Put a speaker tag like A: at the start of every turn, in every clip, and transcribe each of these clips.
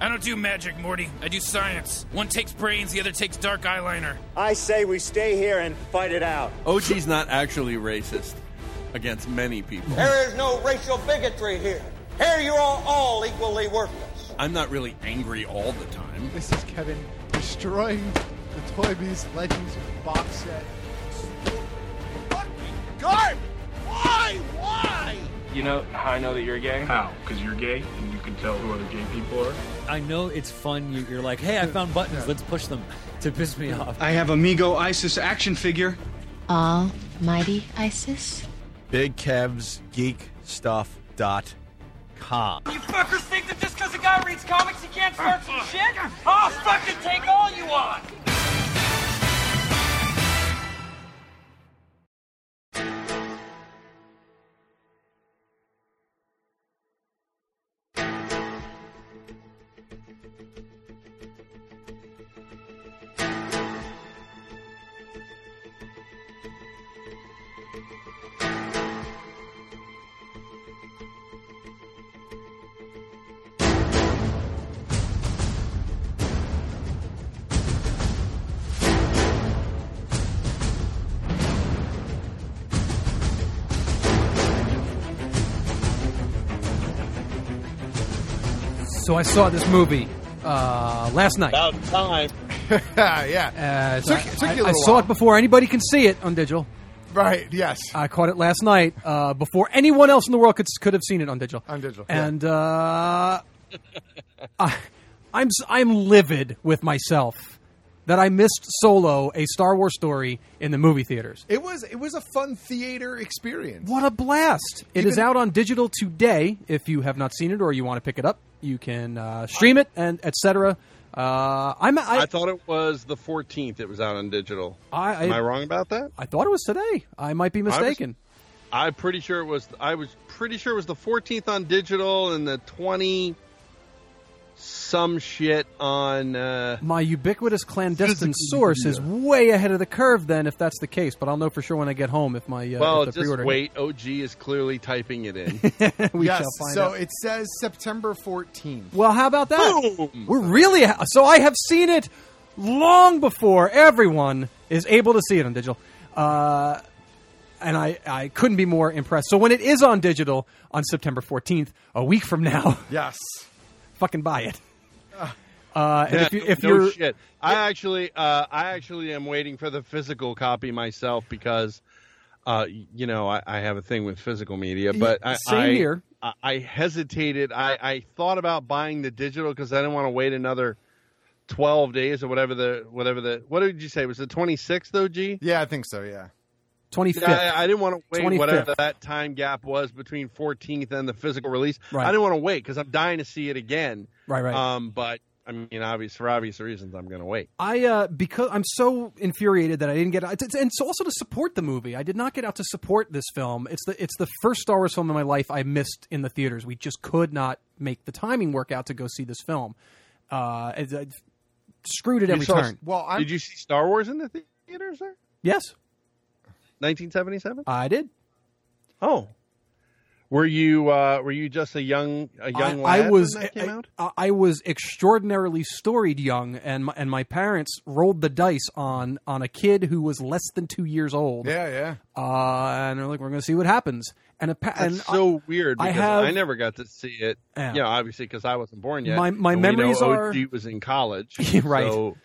A: I don't do magic, Morty. I do science. One takes brains, the other takes dark eyeliner.
B: I say we stay here and fight it out.
C: OG's not actually racist against many people.
D: There is no racial bigotry here. Here you are all equally worthless.
C: I'm not really angry all the time.
E: This is Kevin destroying the Toy Biz Legends box set.
D: Fucking garbage! Why? Why?
F: You know how I know that you're gay?
G: How? Because you're gay and you can tell who other gay people are?
H: I know it's fun. You- You're like, hey, I found buttons. Let's push them to piss me off.
I: I have Amigo ISIS action figure.
J: Almighty ISIS?
C: Big Kev's Geek Stuff dot com.
K: You fuckers think that just because a guy reads comics he can't start some shit? I'll fucking take all you want!
L: So I saw this movie uh, last night.
M: About time.
L: yeah. Uh, so
E: Took-
L: I-
E: took you a
L: I,
E: little
L: I saw
E: while.
L: it before anybody can see it on digital.
E: Right, yes.
L: I caught it last night uh, before anyone else in the world could could have seen it on digital.
E: On digital, yeah.
L: and uh, I, I'm s- I'm livid with myself that I missed Solo, a Star Wars story, in the movie theaters.
E: It was it was a fun theater experience.
L: What a blast! It is out on digital today. If you have not seen it or you want to pick it up, you can uh, stream it and etc. Uh, I'm I,
M: I thought it was the 14th. It was out on digital.
L: I- I-
M: Am I wrong about that?
L: I thought it was today. I might be mistaken.
M: I'm pretty sure it was. I was pretty sure it was the 14th on digital and the 20 some shit on. Uh,
L: My ubiquitous clandestine source is way ahead of the curve. Then, if that's the case, but I'll know for sure when I get home if my uh,
M: well,
L: if the
M: just
L: pre-order.
M: wait. OG is clearly typing it in.
L: we
E: yes,
L: shall find
E: so
L: out.
E: it says September 14th.
L: Well, how about that? We're really ha- so. I have seen it long before everyone is able to see it on digital, uh, and I I couldn't be more impressed. So when it is on digital on September fourteenth, a week from now,
E: Yes.
L: fucking buy it. Uh, and
M: Ah. Yeah,
L: if you if
M: no
L: you're
M: shit. I actually, uh, I actually am waiting for the physical copy myself because, uh, you know, I, I have a thing with physical media, but I,
L: same
M: I,
L: here.
M: I, I hesitated. I, I thought about buying the digital because I didn't want to wait another twelve days or whatever the whatever the what did you say It was the twenty sixth OG?
E: Yeah, I think so, yeah.
L: twenty fifth,
M: I, I didn't want to wait
L: 25th.
M: whatever that time gap was between 14th and the physical release.
L: Right.
M: I didn't want to wait because I'm dying to see it again.
L: Right, right.
M: Um, but I mean, obvious for obvious reasons, I'm going to wait.
L: I uh, because I'm so infuriated that I didn't get out, it's- and so also to support the movie. I did not get out to support this film. It's the it's the first Star Wars film in my life I missed in the theaters. We just could not make the timing work out to go see this film. Uh, it, it screwed at every
M: saw-
L: turn.
E: Well, I'm
M: Did you see Star Wars in the theaters there?
L: Yes,
M: 1977.
L: I did.
M: Oh, were you uh, were you just a young a young
L: I, I
M: lad
L: was
M: when that came
L: I,
M: out?
L: I- I was extraordinarily storied young, and my, and my parents rolled the dice on on a kid who was less than two years old.
E: Yeah, yeah.
L: Uh, and they're like, we're going to see what happens. And, a, pa-
M: That's
L: and I-
M: so weird
L: I
M: because I,
L: have-
M: never got to see it.
L: Yeah.
M: You know, obviously because I wasn't born yet.
L: My- my
M: And we know
L: memories are-
M: OG was in college,
L: Right.
M: So,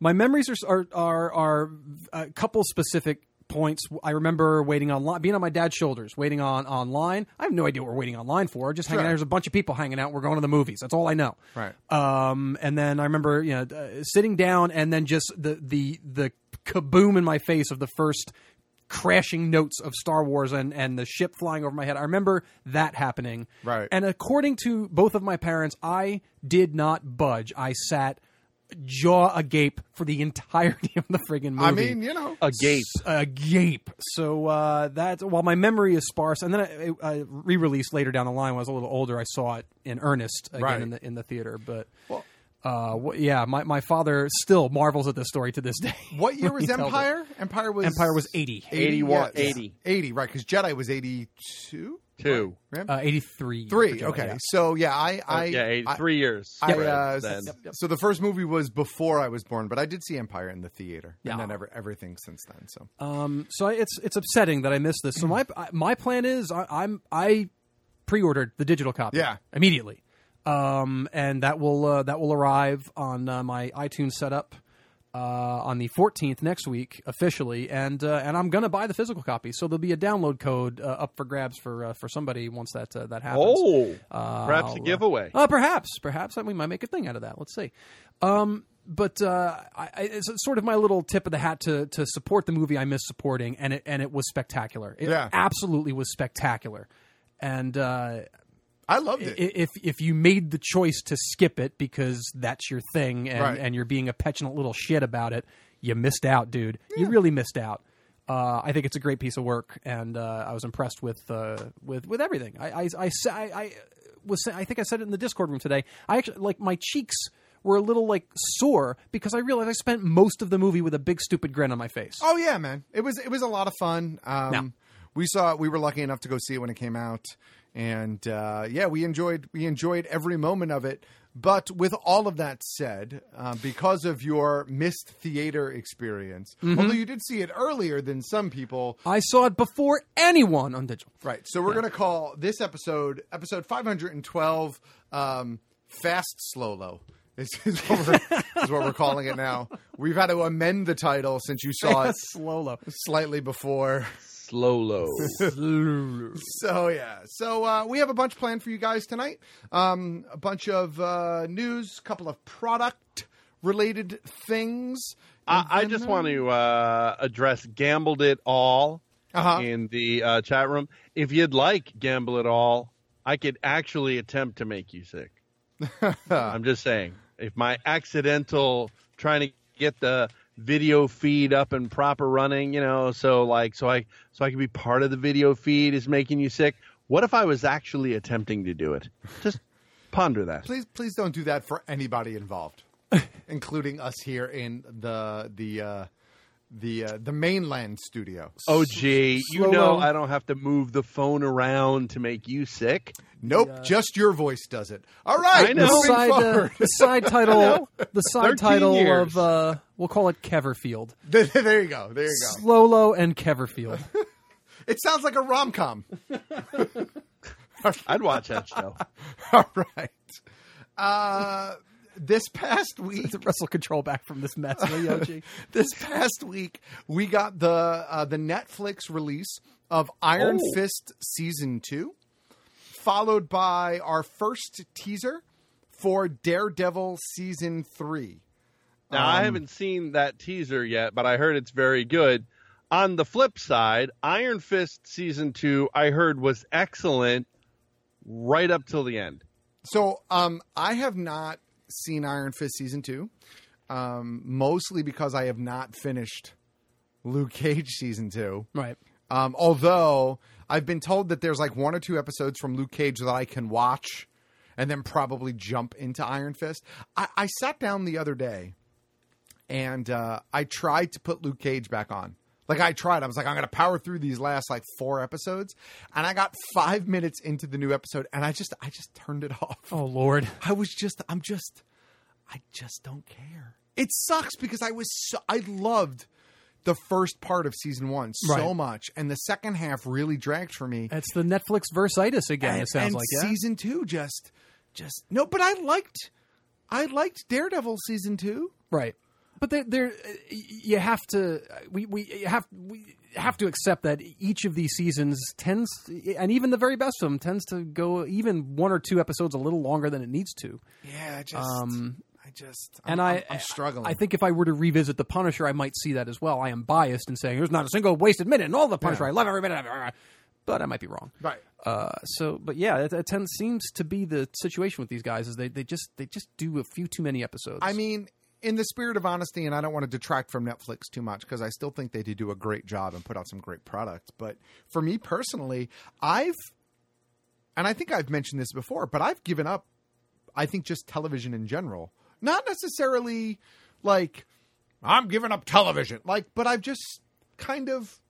L: my memories are are are, are uh, a couple specific points. I remember waiting online, being on my dad's shoulders, waiting on online. I have no idea what we're waiting online for. Just hanging out. There's a bunch of people hanging out. We're going to the movies. That's all I know.
E: Right.
L: Um, and then I remember you know uh, sitting down, and then just the the the kaboom in my face of the first crashing notes of Star Wars and and the ship flying over my head. I remember that happening.
E: Right.
L: And according to both of my parents, I did not budge. I sat jaw agape for the entirety of the friggin' movie.
E: I mean, you know.
M: Agape.
L: S- Agape. So uh, that while my memory is sparse, and then I, I, I re-released later down the line when I was a little older, I saw it in earnest again
E: Right.
L: in the in the theater. But
E: Well-
L: uh, wh- yeah, my, my father still marvels at this story to this day.
E: What year
L: when
E: was
L: he tells it.
E: Empire? Empire was
L: Empire was 80.
M: 81, 80.
E: 80, right? Because Jedi was eighty-two,
M: Two.
E: right?
L: Uh, 83.
E: three.
L: Jedi,
E: okay,
L: yeah.
E: so yeah, I,
M: Oh,
E: I
M: yeah, eight-
E: I-
M: three years
E: I,
M: spread
E: uh,
M: then.
E: s- So the first movie was before I was born, but I did see Empire in the theater,
L: Yeah.
E: and then ever, everything since then. So
L: Um, so I, it's it's upsetting that I missed this. So my I- my plan is I, I'm I pre-ordered the digital copy.
E: Yeah.
L: immediately, um, and that will uh, that will arrive on uh, my iTunes setup uh, on the 14th next week officially, and uh, and I'm gonna buy the physical copy. So there'll be a download code uh, up for grabs for uh, for somebody once that uh, that happens.
M: Oh,
L: Uh,
M: perhaps
L: I'll,
M: a
L: uh,
M: giveaway.
E: Oh.
L: Uh, perhaps, perhaps that we might make a thing out of that. Let's see. Um, but uh, I, I- it's sort of my little tip of the hat to to support the movie I missed supporting, and it and it was spectacular. It
E: Yeah.
L: absolutely was spectacular. And uh,
E: I loved
L: i-
E: it.
L: if if you made the choice to skip it because that's your thing, and,
E: Right.
L: and you're being a petulant little shit about it, you missed out, dude. You really missed out. Uh, I think it's a great piece of work, and uh, I was impressed with uh, with with everything. I I, I, sa- I, I was sa- I think I said it in the Discord room today. I actually like my cheeks were a little like sore because I realized I spent most of the movie with a big stupid grin on my face.
E: Oh yeah, man. It was it was a lot of fun. Um we saw it we were lucky enough to go see it when it came out. And uh, yeah, we enjoyed we enjoyed every moment of it. But with all of that said, uh, because of your missed theater experience,
L: Mhm.
E: although you did see it earlier than some people,
L: I saw it before anyone on digital.
E: right? So we're gonna call this episode episode five hundred and twelve um, fast slow low. This is what, we're, is what we're calling it now. We've had to amend the title since you saw it
L: Slolo.
E: slightly before.
M: Slow low.
E: So yeah, so uh, we have a bunch planned for you guys tonight. Um, a bunch of uh, news, couple of product related things.
M: I, I just want to uh, address Gambled It All
E: Uh-huh.
M: in the uh, chat room. If you'd like Gamble It All, I could actually attempt to make you sick. I'm just saying. If my accidental trying to get the video feed up and proper running, you know, so like so I so I can be part of the video feed is making you sick. What if I was actually attempting to do it? Just ponder that.
E: Please, please don't do that for anybody involved, including us here in the the uh, the uh, the mainland studio.
M: Oh gee, you
E: slow
M: know
E: roll.
M: I don't have to move the phone around to make you sick.
E: Nope, just your voice does it. All right,
M: I know.
L: the
E: moving
L: side, uh,
E: forward.
L: the side title, the side
M: 13
L: title
M: years.
L: of uh, we'll call it Keverfield,
E: there you go. There you go.
L: Slolo and Keverfield.
E: It sounds like a rom com.
M: I'd watch that show.
E: All right. Uh, this past week,
L: to wrestle control back from this mess, will you, OG?
E: this past week we got the uh, the Netflix release of Iron
M: Oh.
E: Fist season 2 followed by our first teaser for Daredevil season 3.
M: Now
E: Um,
M: I haven't seen that teaser yet, but I heard it's very good. On the flip side, Iron Fist season two I heard was excellent right up till the end.
E: So, um I have not seen Iron Fist season 2 um mostly because I have not finished Luke Cage season 2.
L: Right.
E: Um, although I've been told that there's like one or two episodes from Luke Cage that I can watch and then probably jump into Iron Fist. I, I sat down the other day and uh, I tried to put Luke Cage back on. Like I tried, I was like, I'm gonna power through these last like four episodes, and I got five minutes into the new episode, and I just, I just turned it off.
L: Oh Lord,
E: I was just, I'm just, I just don't care. It sucks because I was, so, I loved the first part of season one so
L: Right.
E: much, and the second half really dragged for me.
L: that's the Netflix versitis again.
E: and,
L: it sounds
E: and
L: like yeah.
E: season two just, just no. But I liked, I liked Daredevil season two.
L: Right. But there, there, uh, you have to. We, we you have we have to accept that each of these seasons tends, and even the very best of them tends to go even one or two episodes a little longer than it needs to.
E: Yeah, I just,
L: Um,
E: I just,
L: and
E: I'm,
L: I,
E: I'm- I'm struggling.
L: I think if I were to revisit The Punisher, I might see that as well. I am biased in saying there's not a single wasted minute in all the Punisher.
E: Yeah.
L: I love every minute of it, but I might be wrong.
E: right.
L: Uh, so, but yeah, that, that tends, seems to be the situation with these guys is they, they just they just do a few too many episodes.
E: I mean, in the spirit of honesty, and I don't want to detract from Netflix too much because I still think they do do a great job and put out some great products. But for me personally, I've, and I think I've mentioned this before, but I've given up, I think, just television in general. Not necessarily like, I'm giving up television, like, but I've just kind of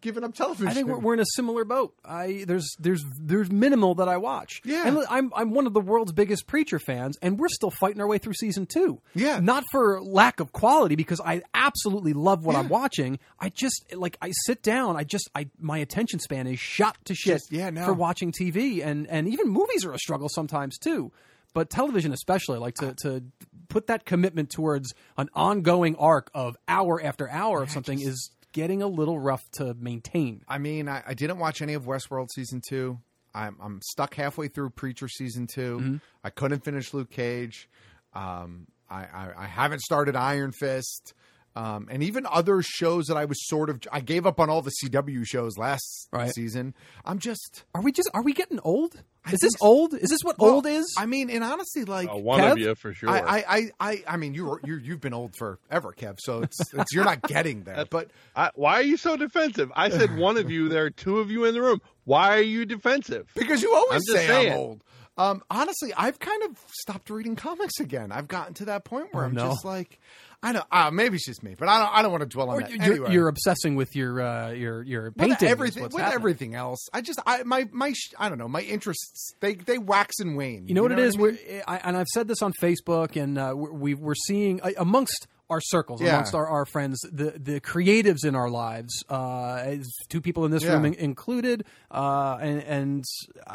E: given up television.
L: I think we're, we're in a similar boat. I there's there's there's minimal that I watch.
E: Yeah.
L: and I'm I'm one of the world's biggest preacher fans, and we're still fighting our way through season two.
E: Yeah,
L: not for lack of quality, because I absolutely love what I'm watching. I just like I sit down, I just I my attention span is shot to shit.
E: Just- yeah, no.
L: for watching TV and and even movies are a struggle sometimes too. But television, especially, like to, to put that commitment towards an ongoing arc of hour after hour of something is getting a little rough to maintain.
E: I mean, I, I didn't watch any of Westworld season two. I'm, I'm stuck halfway through Preacher season 2
L: Mhm.
E: I couldn't finish Luke Cage. Um, I, I, I haven't started Iron Fist. Um, and even other shows that I was sort of I gave up on all the CW shows last season. I'm just
L: Are we just are we getting old? Is this old? Is this what old is?
E: I mean, and honestly, like
M: Uh, one of Kev? you for sure.
E: I I I, I, I mean, you were, you you've been old forever, Kev. So it's, it's you're not getting there. But
M: I, why are you so defensive? I said one of you. There are two of you in the room. Why are you defensive?
E: Because you always
M: I'm just
E: say
M: saying.
E: I'm old. Um, honestly, I've kind of stopped reading comics again. I've gotten to that point where
L: Oh,
E: I'm
L: no.
E: just like, I don't. Uh, maybe it's just me, but I don't. I don't want to dwell on
L: Or
E: that.
L: you're,
E: anyway,
L: you're obsessing with your uh, your your
E: with
L: painting. is
E: everything,
L: what's
E: with
L: happening.
E: everything else, I just, I my my, sh- I don't know. My interests they they wax and wane.
L: You know what it is?
E: I mean?
L: We're, I, and I've said this on Facebook, and uh, we're, we- we're seeing uh, amongst our circles,
E: Yeah.
L: amongst our, our friends, the, the creatives in our lives, uh, as two people in this
E: Yeah.
L: room in- included, uh, and, and I,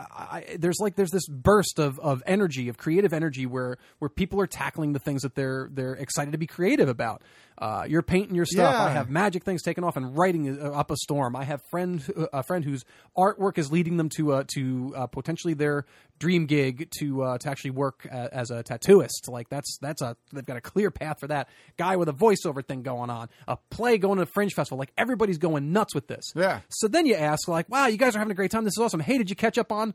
L: I- there's like there's this burst of, of energy, of creative energy, where where people are tackling the things that they're they're excited to be creative about. Uh, you're painting your stuff. I
E: Yeah.
L: have magic things taken off and writing uh, up a storm. I have friend uh, a friend whose artwork is leading them to uh, to uh, potentially their dream gig to uh, to actually work uh, as a tattooist. Like that's that's a they've got a clear path for that. Guy with a voiceover thing going on, a play going to a fringe festival. Like everybody's going nuts with this.
E: Yeah.
L: So then you ask like, wow, you guys are having a great time. This is awesome. Hey, did you catch up on?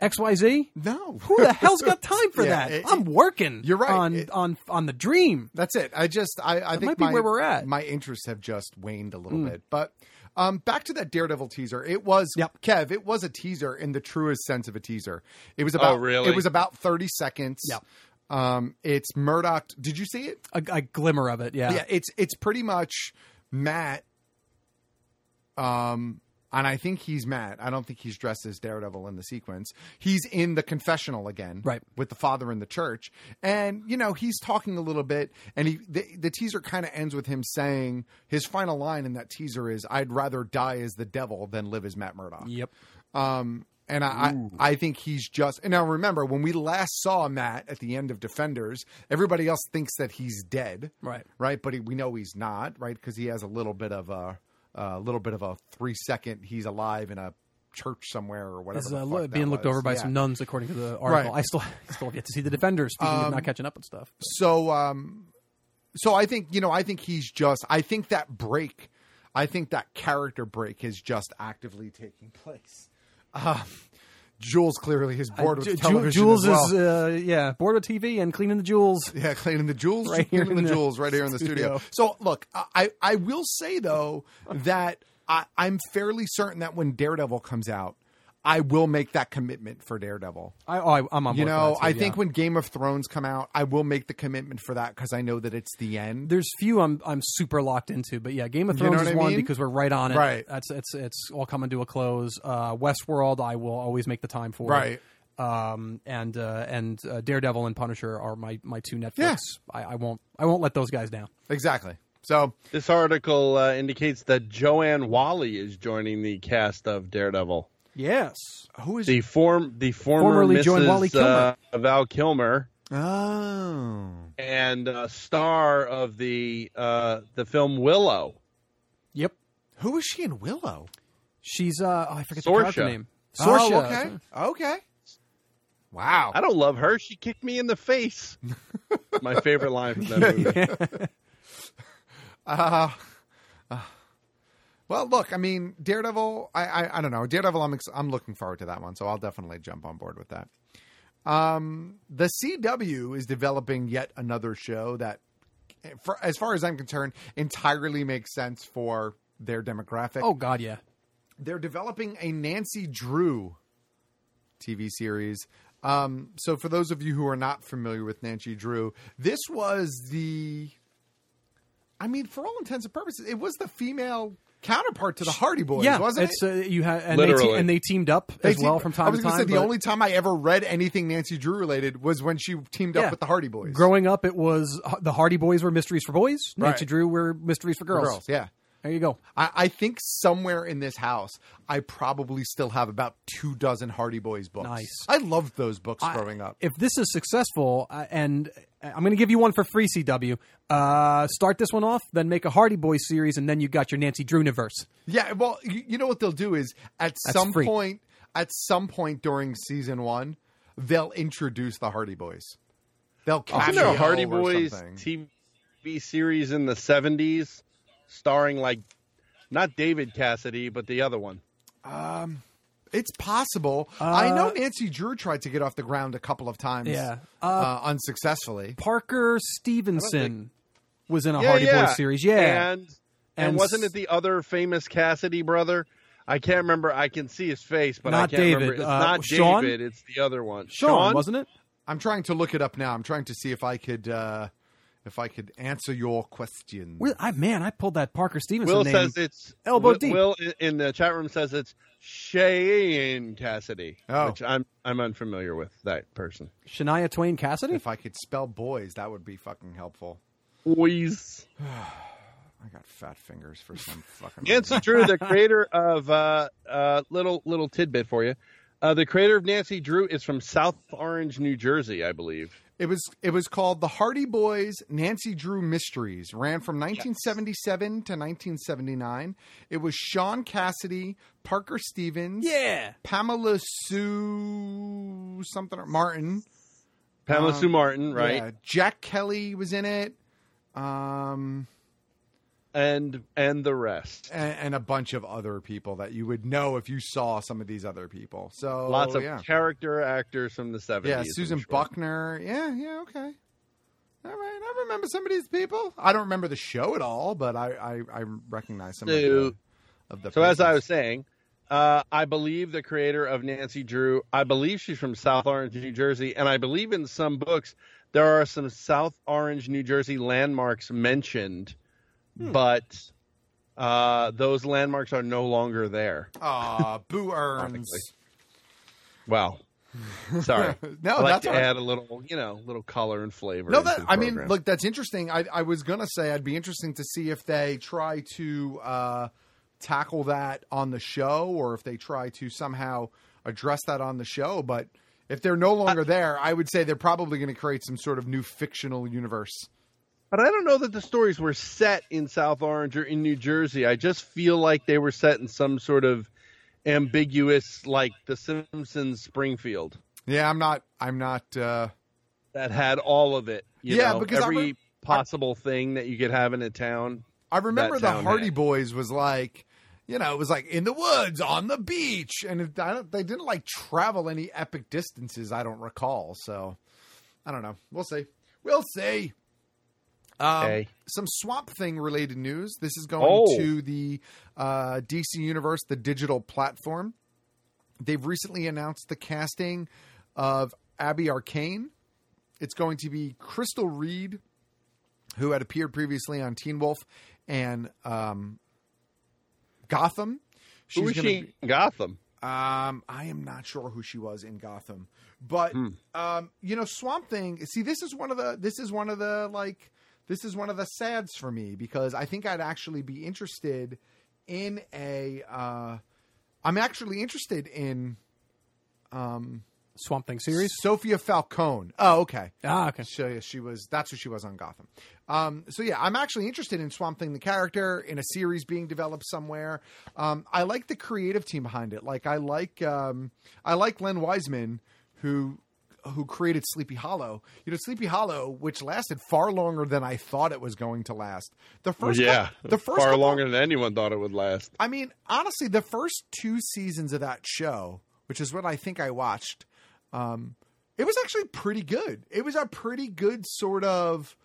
L: XYZ?
E: No.
L: Who the hell's got time for
E: Yeah,
L: that?
E: it-
L: I'm working.
E: You're right.
L: On on on the dream.
E: That's it. I just I, I
L: That
E: think
L: might be
E: my,
L: where we're at.
E: My interests have just waned a little
L: Mm.
E: bit. But um, back to that Daredevil teaser. It was Kev. It was a teaser in the truest sense of a teaser. It was
M: Oh,
E: about
M: really?
E: It was about thirty seconds. Yeah. Um, it's Murdoch. Did you see it?
L: A, a glimmer of it. Yeah.
E: Yeah. It's it's pretty much Matt. Um. And I think he's Matt. I don't think he's dressed as Daredevil in the sequence. He's in the confessional again,
L: Right.
E: with the father in the church, and you know he's talking a little bit, and he the, the teaser kind of ends with him saying his final line in that teaser is, "I'd rather die as the devil than live as Matt Murdock."
L: Yep.
E: Um, and I, I I think he's just and now remember when we last saw Matt at the end of Defenders, everybody else thinks that he's dead,
L: Right.
E: Right, but he, we know he's not, right? Because he has a little bit of a a little bit of a three second he's alive in a church somewhere or whatever.
L: Is
E: the
L: uh,
E: fuck
L: lo-
E: that
L: being looked
E: was.
L: over by
E: Yeah.
L: some nuns, according to the article.
E: Right.
L: I still still have yet to see the defenders. Speaking of
E: Um,
L: not catching up on stuff,
E: So um so I think, you know, I think he's just I think that break, I think that character break is just actively taking place. Um Jules clearly is bored
L: Uh,
E: with
L: Ju- Ju-
E: television.
L: Jules
E: as well.
L: is uh, yeah bored with TV and cleaning the jewels.
E: Yeah, cleaning the jewels,
L: right here
E: cleaning the, jewels right here in the studio. So look, I I will say though that I, I'm fairly certain that when Daredevil comes out, I will make that commitment for Daredevil.
L: I, oh, I, I'm on.
E: you
L: board for
E: know,
L: that, too,
E: I
L: yeah.
E: think when Game of Thrones come out, I will make the commitment for that because I know that it's the end.
L: there's few I'm I'm super locked into, but yeah, Game of
E: You know
L: Thrones
E: what
L: is
E: I
L: one
E: mean?
L: because we're right on it.
E: Right.
L: That's it's it's all coming to a close. Uh, Westworld, I will always make the time for.
E: Right.
L: Um and uh, and uh, Daredevil and Punisher are my my two Netflix. I, I won't I won't let those guys down.
E: Exactly. So
M: this article uh, indicates that Joanne Wally is joining the cast of Daredevil.
L: Yes.
E: Who
M: The form the former
L: Formerly
M: Mrs.
L: Joanne Wally Kilmer.
M: uh, Val Kilmer
E: Oh.
M: and uh, star of the uh, the film Willow.
L: Yep.
E: Who is she in Willow?
L: She's uh oh, I forget
M: Saoirse.
L: the character name.
E: Oh,
L: Sorsha.
E: okay. Okay. Wow.
M: I don't love her. She kicked me in the face. My favorite line from that movie.
E: Uh, uh, well, look, I mean, Daredevil. I, I, I don't know, Daredevil. I'm, ex- I'm looking forward to that one, so I'll definitely jump on board with that. Um, the CW is developing yet another show that for, as far as I'm concerned, entirely makes sense for their demographic.
L: Oh God, yeah.
E: They're developing a Nancy Drew TV series. Um, so for those of you who are not familiar with Nancy Drew, this was the I mean, for all intents and purposes, it was the female counterpart to the Hardy Boys,
L: yeah,
E: wasn't
L: it's,
E: it?
L: Uh, you had and they, te-
E: Literally.
L: and they teamed up
E: They
L: as well
E: teamed-
L: from time
E: I was
L: to
E: gonna say
L: time.
E: the
L: but
E: only time I ever read anything Nancy Drew related was when she teamed
L: Yeah.
E: up with the Hardy Boys.
L: growing up, it was uh, the Hardy Boys were mysteries for boys.
E: Right.
L: Nancy Drew were mysteries for girls.
E: girls, yeah.
L: There you go.
E: I, I think somewhere in this house, I probably still have about two dozen Hardy Boys books.
L: Nice.
E: I loved those books growing up.
L: If this is successful, uh, and I'm going to give you one for free, CW. Uh, start this one off, then make a Hardy Boys series, and then you got your Nancy Drewniverse.
E: Yeah, well, you, you know what they'll do is at
L: That's
E: some
L: free.
E: point, at some point during season one, they'll introduce the Hardy Boys. They'll
M: Oh, Isn't
E: catch
M: there a Hardy
E: or
M: Boys
E: something.
M: TV series in the 70s starring, like, not David Cassidy, but the other one?
E: Um, it's possible. I know Nancy Drew tried to get off the ground a couple of times.
L: Uh, Yeah.
E: uh,
L: Uh,
E: unsuccessfully.
L: Parker Stevenson was in a Hardy
M: yeah.
L: Boys series. Yeah.
M: And, and,
L: And
M: wasn't
L: s-
M: it the other famous Cassidy brother? I can't remember. I can see his face, but
L: Not
M: I can't remember.
L: David,
M: It's
L: uh,
M: not
L: Sean?
M: David. It's the other one.
L: it?
E: I'm trying to look it up now. I'm trying to see if I could uh, if I could answer your question.
L: Where- I man, I pulled that Parker Stevenson
M: Will
L: name.
M: says it's
L: elbow
M: Will,
L: deep.
M: Will i- in the chat room says it's Shane Cassidy,
E: Oh.
M: which I'm I'm unfamiliar with that person.
L: Shania Twain Cassidy.
E: If I could spell boys, that would be fucking helpful.
M: Boys.
E: I got fat fingers for some fucking.
M: Nancy
E: reason.
M: Drew, the creator of uh, uh, little little tidbit for you. Uh, the creator of Nancy Drew is from South Orange, New Jersey, I believe.
E: It was it was called the Hardy Boys Nancy Drew Mysteries. Ran from 1977 to 1979. It was Sean Cassidy, Parker Stevens,
L: Yeah.
E: Pamela Sue something or Martin,
M: Pamela
E: Um,
M: Sue Martin, right?
E: yeah, Jack Kelly was in it, um,
M: And and the rest.
E: and, and a bunch of other people that you would know if you saw some of these other people. So
M: Lots of
E: Oh, yeah.
M: character actors from the 70s.
E: Yeah,
M: I'm
E: Susan
M: sure.
E: Buckner. Yeah, yeah, okay. All right, I remember some of these people. I don't remember the show at all, but I I, I recognize some of the,
M: So-
E: of the.
M: So as I
E: faces.
M: was saying, uh, I believe the creator of Nancy Drew. I believe she's from South Orange, New Jersey, and I believe in some books there are some South Orange, New Jersey landmarks mentioned,
E: Hmm.
M: but uh, those landmarks are no longer there.
E: Aw, boo earns.
M: Wow. Sorry.
E: No,
M: I like
E: that's
M: to
E: all right.
M: add a little, you know, little color and flavor.
E: No,
M: into
E: that
M: the
E: I mean,
M: program.
E: look, that's interesting. I I was gonna say I'd be interesting to see if they try to uh, tackle that on the show, or if they try to somehow address that on the show. But if they're no longer there, I would say they're probably going to create some sort of new fictional universe.
M: But I don't know that the stories were set in South Orange or in New Jersey. I just feel like they were set in some sort of ambiguous, like The Simpsons Springfield
E: Yeah, I'm not. I'm not. Uh,
M: that had all of it. You
E: Yeah,
M: know,
E: because I
M: every
E: re-
M: possible thing that you could have in a town.
E: I remember
M: that
E: the
M: town
E: Hardy
M: had.
E: Boys was like, you know, it was like in the woods, on the beach, and it, I don't, they didn't like travel any epic distances. I don't recall, so I don't know. We'll see. We'll see. Um,
M: Okay.
E: Some Swamp Thing related news. This is going
M: Oh.
E: to the uh, DC Universe, the digital platform. They've recently announced the casting of Abby Arcane. It's going to be Crystal Reed, who had appeared previously on Teen Wolf and um, Gotham.
M: Who was
E: gonna
M: she
E: be-
M: in Gotham?
E: um, I am not sure who she was in Gotham, but
M: Hmm.
E: um, you know, Swamp Thing. See, this is one of the. This is one of the like. This is one of the sads for me because I think I'd actually be interested in a. Uh, I'm actually interested in. Um,
L: Swamp Thing series.
E: Sophia Falcone. Oh, okay.
L: Ah, okay.
E: So yeah, she was. That's who she was on Gotham. Um, so yeah, I'm actually interested in Swamp Thing, the character, in a series being developed somewhere. Um, I like the creative team behind it. Like I like um, I like Len Wiseman, who who created Sleepy Hollow. You know, Sleepy Hollow, which lasted far longer than I thought it was going to last. The first,
M: yeah,
E: cou- the first
M: far
E: couple-
M: longer than anyone thought it would last.
E: I mean, honestly, the first two seasons of that show, which is what I think I watched, um, it was actually pretty good. It was a pretty good sort of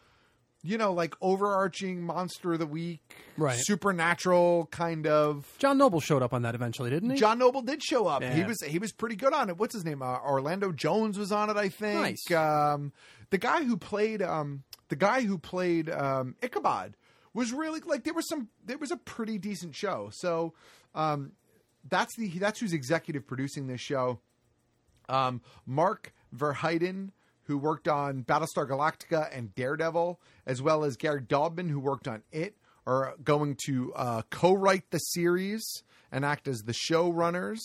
E: you know, like overarching monster of the week,
L: Right.
E: Supernatural kind of.
L: John Noble showed up on that eventually, didn't he?
E: John Noble did show up. He
L: Yeah.
E: was he was pretty good on it. What's his name? Uh, Orlando Jones was on it, I think. Um, the guy who played um, the guy who played um, Ichabod was really like there was some there was a pretty decent show. So um, that's the that's who's executive producing this show. Um, Mark Verheiden, who worked on Battlestar Galactica and Daredevil, as well as Gary Daubin, who worked on It, are going to uh, co-write the series and act as the showrunners.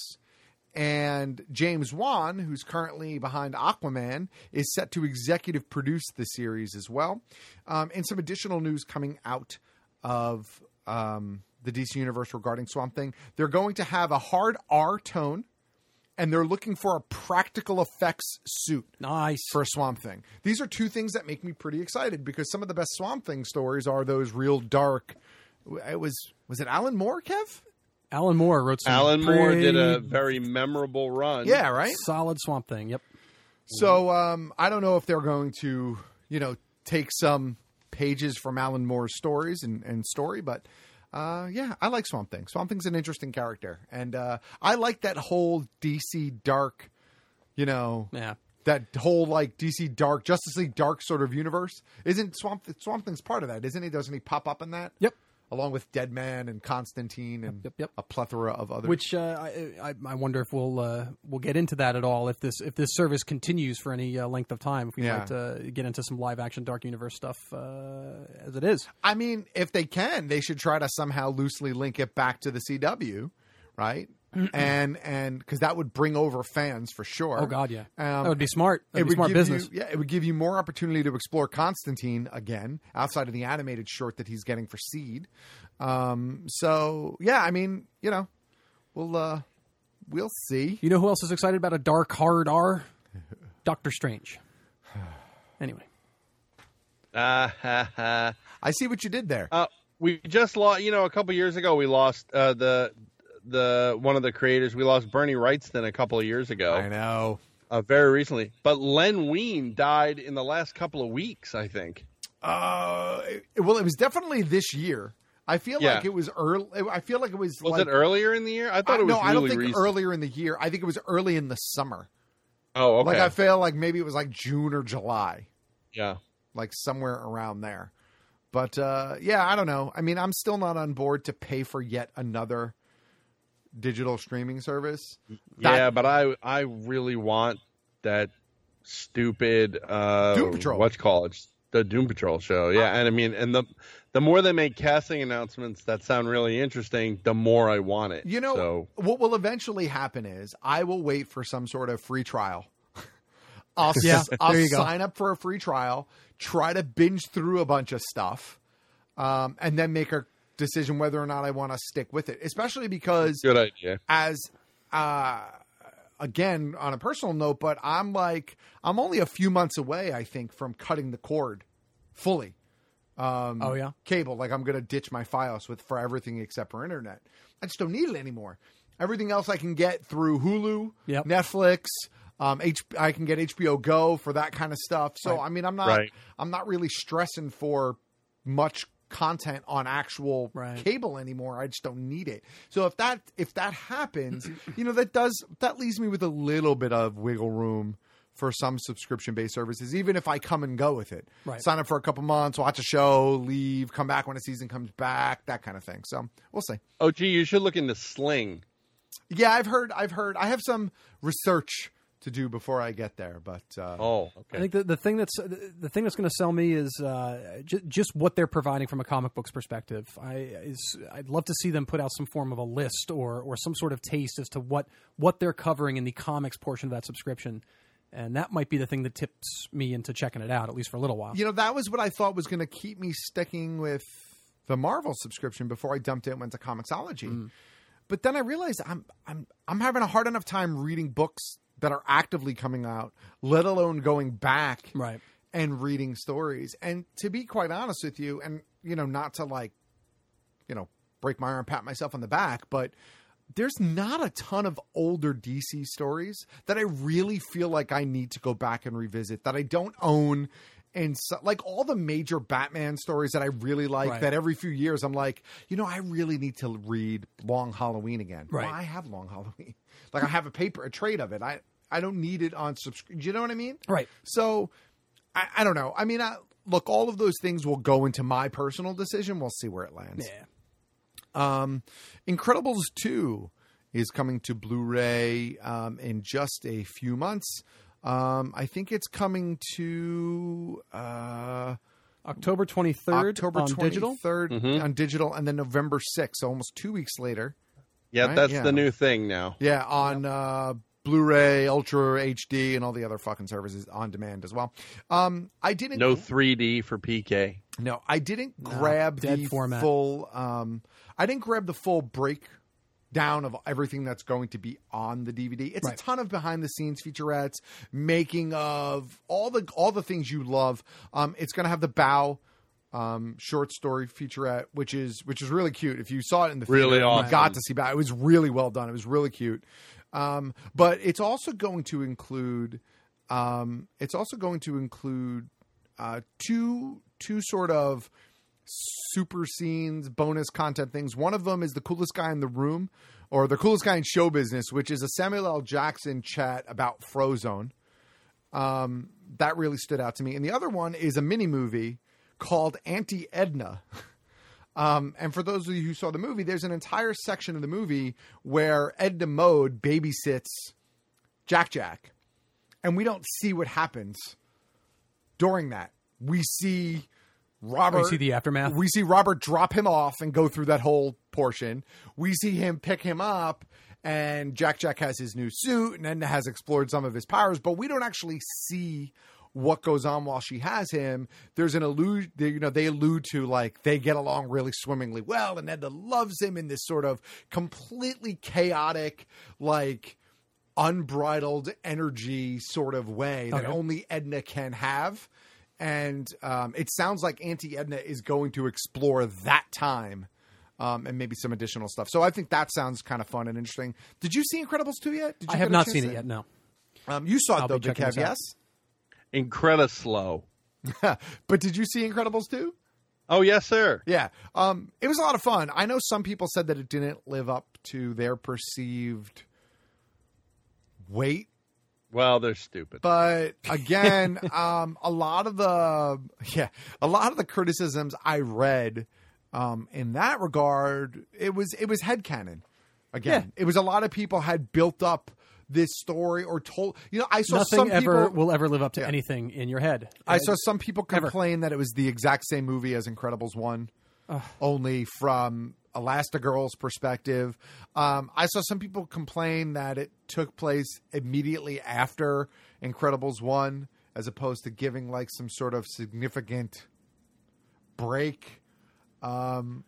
E: And James Wan, who's currently behind Aquaman, is set to executive produce the series as well. Um, and some additional news coming out of um, the DC Universe regarding Swamp Thing. They're going to have a hard R tone and they're looking for a practical effects suit.
L: Nice
E: for a Swamp Thing. These are two things that make me pretty excited because some of the best Swamp Thing stories are those real dark. It was was it Alan Moore, Kev?
L: Alan Moore wrote some.
M: Alan Moore
L: pretty-
M: did a very memorable run.
E: Yeah, right.
L: Solid Swamp Thing. Yep.
E: So um, I don't know if they're going to, you know, take some pages from Alan Moore's stories and, and story, but uh, yeah, I like Swamp Thing. Swamp Thing's an interesting character, and uh, I like that whole DC dark, you know,
L: yeah,
E: that whole like DC dark Justice League dark sort of universe. Isn't Swamp Swamp Thing's part of that? Isn't he? Doesn't he pop up in that?
L: Yep.
E: Along with Dead Man and Constantine and
L: Yep, yep.
E: a plethora of other
L: Which uh, I, I I wonder if we'll uh, we'll get into that at all if this if this service continues for any uh, length of time if we
E: Yeah.
L: might uh, get into some live action Dark Universe stuff uh, as it is.
E: I mean, if they can, they should try to somehow loosely link it back to the CW, right? and and because that would bring over fans for sure.
L: Oh, God, yeah.
E: um,
L: that would be smart. That would be smart
E: give
L: business.
E: You, yeah, it would give you more opportunity to explore Constantine again outside of the animated short that he's getting for Seed. Um, so yeah, I mean, you know, we'll uh, we'll see.
L: You know who else is excited about a dark hard R? Doctor Strange. Anyway,
M: Ah, ha, ha.
E: I see what you did there.
M: Uh, we just lost. You know, a couple years ago, we lost uh, the the one of the creators. We lost Bernie Wrightston a couple of years ago. I
E: know.
M: Uh, very recently, but Len Wein died in the last couple of weeks. I think.
E: Uh, it- well, it was definitely this year. I feel
M: Yeah.
E: like it was early. I feel like it was.
M: Was
E: like,
M: it earlier in the year? I thought it was
E: no,
M: really
E: I don't think
M: recent.
E: earlier in the year. I think it was early in the summer.
M: Oh, okay.
E: Like I feel like maybe it was like June or July,
M: yeah.
E: like somewhere around there. But uh, yeah, I don't know. I mean, I'm still not on board to pay for yet another digital streaming service.
M: yeah, but I I really want that stupid uh,
E: Doom Patrol.
M: What's called the Doom Patrol show. Yeah, and I mean, and the the more they make casting announcements that sound really interesting, the more I want it.
E: You know,
M: so,
E: what will eventually happen is I will wait for some sort of free trial. I'll, s-
L: Yeah,
E: I'll
L: there you go.
E: sign up for a free trial, try to binge through a bunch of stuff, um, and then make a decision whether or not I want to stick with it. Especially because
M: good idea.
E: as uh again on a personal note but i'm like i'm only a few months away i think from cutting the cord fully um
L: Oh, yeah?
E: cable like i'm gonna ditch my files with for everything except for internet i just don't need it anymore everything else i can get through hulu
L: Yep.
E: netflix um H- i can get hbo go for that kind of stuff so i mean i'm not
M: Right.
E: i'm not really stressing for much content on actual cable anymore. I just don't need it. So if that if that happens, you know that does that leaves me with a little bit of wiggle room for some subscription based services, even if I come and go with it.
L: Right.
E: Sign up for a couple months, watch a show, leave, come back when a season comes back, that kind of thing. So we'll see.
M: Oh, gee, you should look into Sling.
E: Yeah, I've heard I've heard I have some research to do before I get there, but uh,
M: Oh,
L: I think the, the thing that's the the thing that's going to sell me is uh, j- just what they're providing from a comic books perspective. I is I'd love to see them put out some form of a list or or some sort of taste as to what what they're covering in the comics portion of that subscription, and that might be the thing that tips me into checking it out at least for a little while.
E: you know that was what I thought was going to keep me sticking with the Marvel subscription before I dumped it and went to Comixology.
L: Mm.
E: But then I realized I'm I'm I'm having a hard enough time reading books that are actively coming out, let alone going back
L: Right.
E: and reading stories. And to be quite honest with you, and you know, not to like, you know, break my arm, pat myself on the back, but there's not a ton of older DC stories that I really feel like I need to go back and revisit that I don't own and so, like all the major Batman stories that I really like.
L: Right.
E: That every few years I'm like, you know, I really need to read Long Halloween again.
L: Right.
E: Well, I have Long Halloween. Like I have a paper, a trade of it. I I don't need it on subscription. You know what I mean?
L: Right.
E: So I, I don't know. I mean, I, look, all of those things will go into my personal decision. We'll see where it lands.
L: Yeah.
E: Um, Incredibles 2 is coming to Blu ray um, in just a few months. Um, I think it's coming to uh,
L: October 23rd
E: October
L: on digital?
E: 23rd
L: Mhm.
E: on digital, and then November 6th, so almost two weeks later.
M: Yeah,
E: Right?
M: that's
E: Yeah.
M: the new thing now.
E: Yeah, on uh, Blu-ray, Ultra HD, and all the other fucking services on demand as well. Um, I didn't.
M: No 3D for PK.
E: No, I didn't grab
M: dead
E: the
M: format.
E: full. Um, I didn't grab the full breakdown of everything that's going to be on the DVD. It's a ton of behind the scenes featurettes, making of all the all the things you love. Um, it's going to have the bow. Um, short story featurette, which is which is really cute. If you saw it in the
M: Really
E: theater, you
M: awesome.
E: got to see bow. It was really well done. It was really cute. Um, but it's also going to include um, it's also going to include uh, two two sort of super scenes, bonus content things. One of them is the coolest guy in the room, or the coolest guy in show business, which is a Samuel L. Jackson chat about Frozone. Um, that really stood out to me. And the other one is a mini movie called Auntie Edna. Um, and for those of you who saw the movie, there's an entire section of the movie where Edna Mode babysits Jack Jack, and we don't see what happens during that. We see Robert.
L: We Oh, see the aftermath.
E: We see Robert drop him off and go through that whole portion. We see him pick him up, and Jack Jack has his new suit, and Edna has explored some of his powers, but we don't actually see what goes on while she has him. There's an allude, they- you know, they allude to like they get along really swimmingly well, and Edna loves him in this sort of completely chaotic, like unbridled energy sort of way that
L: Okay.
E: only Edna can have. And um, it sounds like Auntie Edna is going to explore that time um, and maybe some additional stuff. So I think that sounds kind of fun and interesting. Did you see Incredibles 2 yet? Did you
L: I
E: get
L: have
E: a
L: not
E: chance
L: seen
E: to-
L: it yet. No.
E: Um, you saw
L: I'll
E: it, though,
L: be checking
E: Bikev,
L: this out.
E: yes?
M: Incredislow.
E: but did you see Incredibles 2?
M: Oh, yes, sir.
E: Yeah. Um, it was a lot of fun. I know some people said that it didn't live up to their perceived weight
M: Well, they're stupid.
E: But again, um, a lot of the yeah, a lot of the criticisms I read um, in that regard, it was it was headcanon. Again, it was a lot of people had built up this story or told. You know, I saw
L: Nothing
E: some
L: ever
E: people.
L: will ever live up to anything in your head.
E: I saw some people complain that it was the exact same movie as Incredibles one, only from Elastigirl's perspective. Um, I saw some people complain that it took place immediately after Incredibles one, as opposed to giving like some sort of significant break. Um,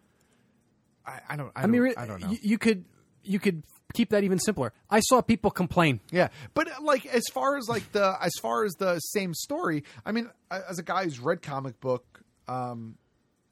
E: I, I don't. I,
L: I, mean,
E: don't,
L: re-
E: I don't know.
L: y- you could you could keep that even simpler. I saw people complain.
E: Yeah, but uh, like as far as like the as far as the same story, I mean, a- as a guy who's read comic book um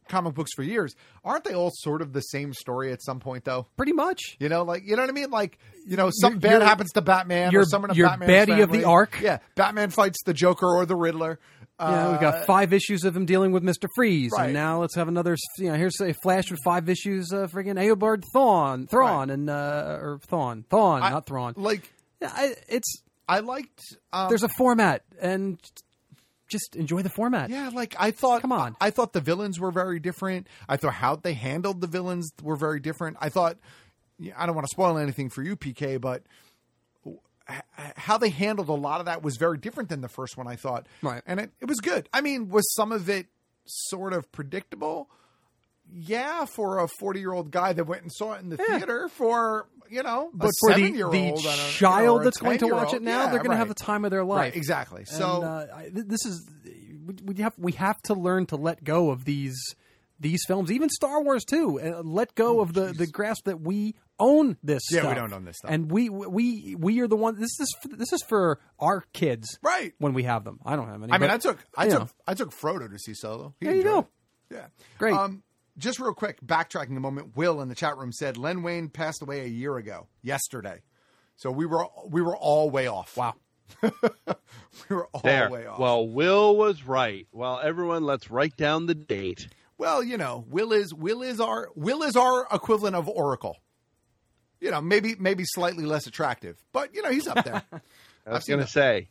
E: comic books for years, aren't they all sort of the same story at some point though?
L: Pretty much.
E: You know, like you know what I mean? Like, you know, something bad
L: you're-
E: happens to Batman or
L: you're-
E: someone of
L: you're
E: Batman's
L: baddie of the
E: family.
L: arc.
E: Yeah, Batman fights the Joker or the Riddler.
L: Yeah, we've
E: Uh,
L: got five issues of him dealing with Mister Freeze,
E: Right.
L: and now let's have another. You know, here's a Flash with five issues of friggin' Aobard Thrawn, Thrawn, and uh, or Thrawn, Thrawn,
E: I-
L: not Thrawn.
E: Like
L: I, it's
E: I liked. Um,
L: there's a format, and just enjoy the format.
E: Yeah, like I thought. Come on, I thought the villains were very different. I thought how they handled the villains were very different. I thought. yeah, I don't want to spoil anything for you, PK, but h- h- how they handled a lot of that was very different than the first one. I thought, right, and it, it was good. I mean, was some of it sort of predictable? Yeah, for a forty-year-old guy that went and saw it in the theater, for you know,
L: But
E: a
L: for the,
E: seven-year-old and a-
L: the
E: or a
L: child that's going to watch
E: 10-year-old,
L: it now,
E: yeah,
L: they're going to have the
E: right.
L: time of their
E: Right,
L: life.
E: exactly.
L: And,
E: So-
L: uh, I- th- this is we- we have we have to learn to let go of these these films, even Star Wars too. Uh, let go of the the grasp that we own this.
E: Oh, Yeah, we
L: stuff.
E: don't own this stuff.
L: and we we we are the one. This is this is for our kids,
E: right?
L: When we have them, I don't have any.
E: I mean,
L: but,
E: I took I
L: you
E: took
L: know.
E: I took Frodo to see Solo. He
L: There you
E: enjoyed
L: go.
E: it. Yeah,
L: Great.
E: Um, just real quick, backtracking a moment. Will in the chat room said Len Wayne passed away a year ago yesterday, so we were we were all way off. Wow. we were all
M: there.
E: way off.
M: Well, Will was right. Well, everyone, let's write down the date.
E: Well, you know, Will is Will is our Will is our equivalent of Oracle. You know, maybe maybe slightly less attractive, but you know he's up there.
M: I was going to say.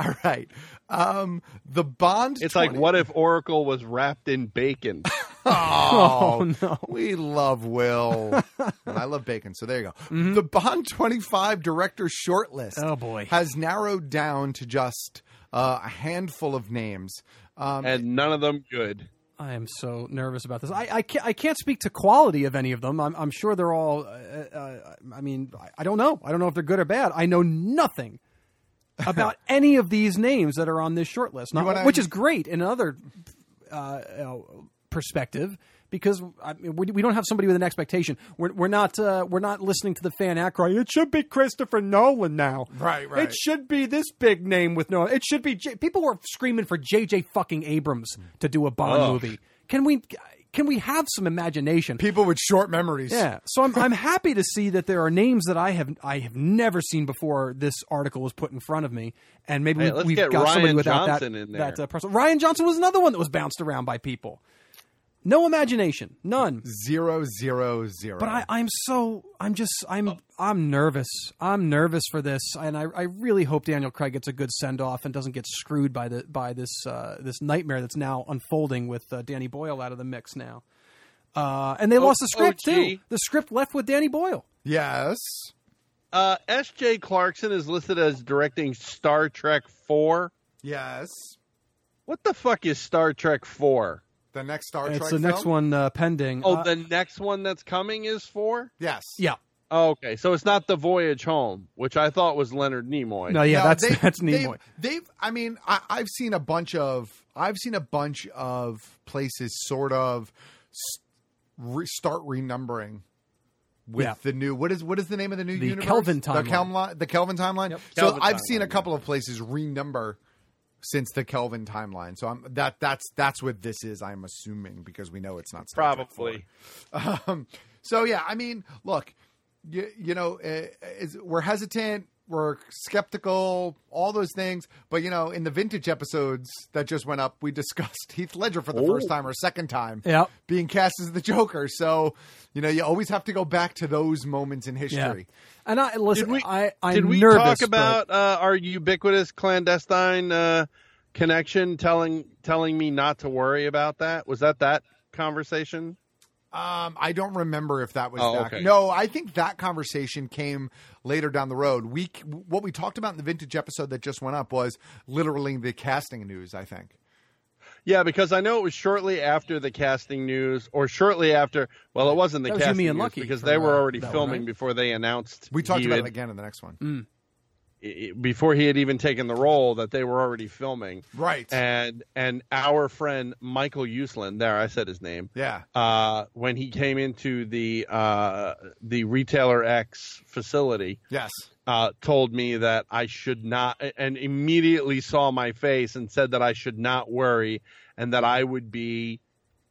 E: All right, um, the Bond.
M: It's
E: 20
M: like what if Oracle was wrapped in bacon?
E: Oh, no. We love Will. And I love bacon. So there you go. The Bond 25 director shortlist.
L: Mm-hmm. Oh, boy.
E: Has narrowed down to just uh, a handful of names. Um,
M: and none of them good.
L: I am so nervous about this. I, I, can't, I can't speak to quality of any of them. I'm, I'm sure they're all. Uh, uh, I mean, I- I don't know. I don't know if they're good or bad. I know nothing about any of these names that are on this short list, not,
E: You wanna-
L: which is great in another uh, uh, perspective because I mean, we, we don't have somebody with an expectation. We're, we're not uh, we're not listening to the fan outcry. It should be Christopher Nolan now.
E: Right, right.
L: It should be this big name with no. It should be J- people were screaming for J.J. fucking Abrams to do a Bond
E: Ugh.
L: movie. Can we? Can we have some imagination?
E: People with short memories.
L: Yeah. So I'm I'm happy to see that there are names that I have I have never seen before. This article was put in front of me, and maybe
M: Hey,
L: we,
M: let's
L: we've
M: get
L: got somebody
M: Ryan
L: without
M: Johnson
L: that
M: in there.
L: that uh, person. Ryan Johnson was another one that was bounced around by people. No imagination, none.
E: Zero, zero, zero.
L: But I, I'm so I'm just I'm
M: Oh.
L: I'm nervous. I'm nervous for this, and I, I really hope Daniel Craig gets a good send off and doesn't get screwed by the by this uh, this nightmare that's now unfolding with uh, Danny Boyle out of the mix now. Uh, and they
M: Oh,
L: lost the script
M: oh,
L: too.
M: gee.
L: The script left with Danny Boyle.
E: Yes.
M: Uh, S.J. Clarkson is listed as directing Star Trek 4.
E: Yes.
M: What the fuck is Star Trek 4?
E: The next Star
L: It's
E: Trek.
L: the next
E: film?
L: one uh, pending.
M: Oh,
L: Uh,
M: the next one that's coming is 4?
E: Yes.
L: yeah.
M: Oh, okay. So it's not The Voyage Home, which I thought was Leonard Nimoy.
L: No, yeah,
E: No,
L: that's
E: they-
L: that's
E: they've-
L: Nimoy.
E: They've, I mean, I, I've seen a bunch of, I've seen a bunch of places sort of s re, start renumbering with
L: Yeah.
E: the new. What is what is the name of the new
L: The
E: universe?
L: Kelvin
E: The
L: timeline.
E: Kelvin, the Kelvin timeline. So
M: Kelvin
E: I've
M: timeline,
E: seen a couple of places renumber since the Kelvin timeline. So I'm that that's that's what this is. I'm assuming because we know it's not Star Trek
M: Probably.
E: um, so yeah, I mean, look, you, you know, uh, is, we're hesitant, we're skeptical, all those things. But you know, in the vintage episodes that just went up, we discussed Heath Ledger for the
L: Oh.
E: first time or second time
L: Yep.
E: being cast as the Joker. So you know, you always have to go back to those moments in history.
L: And I listen.
M: Did we-
L: I I'm
M: Did we
L: nervous,
M: talk
L: but-
M: about uh, our ubiquitous clandestine uh, connection telling telling me not to worry about that? Was that that conversation?
E: Um, I don't remember if that was
M: Oh,
E: that.
M: okay.
E: No, I think that conversation came later down the road. We what we talked about in the vintage episode that just went up was literally the casting news. I think.
M: Yeah, because I know it was shortly after the casting news, or shortly after. Well, it wasn't the
L: That was
M: casting
L: Jimmy and
M: news
L: Lucky
M: because
L: for,
M: they were
L: uh,
M: already
L: that one,
M: filming
L: right?
M: before they announced.
E: We talked
M: he
E: about
M: had-
E: it again in the next one.
M: i- before he had even taken the role that they were already filming.
E: Right.
M: And and our friend Michael Uslan, there I said his name.
E: Yeah.
M: Uh, when he came into the uh, the retailer X facility,
E: Yes.
M: uh, told me that I should not, and immediately saw my face and said that I should not worry and that I would be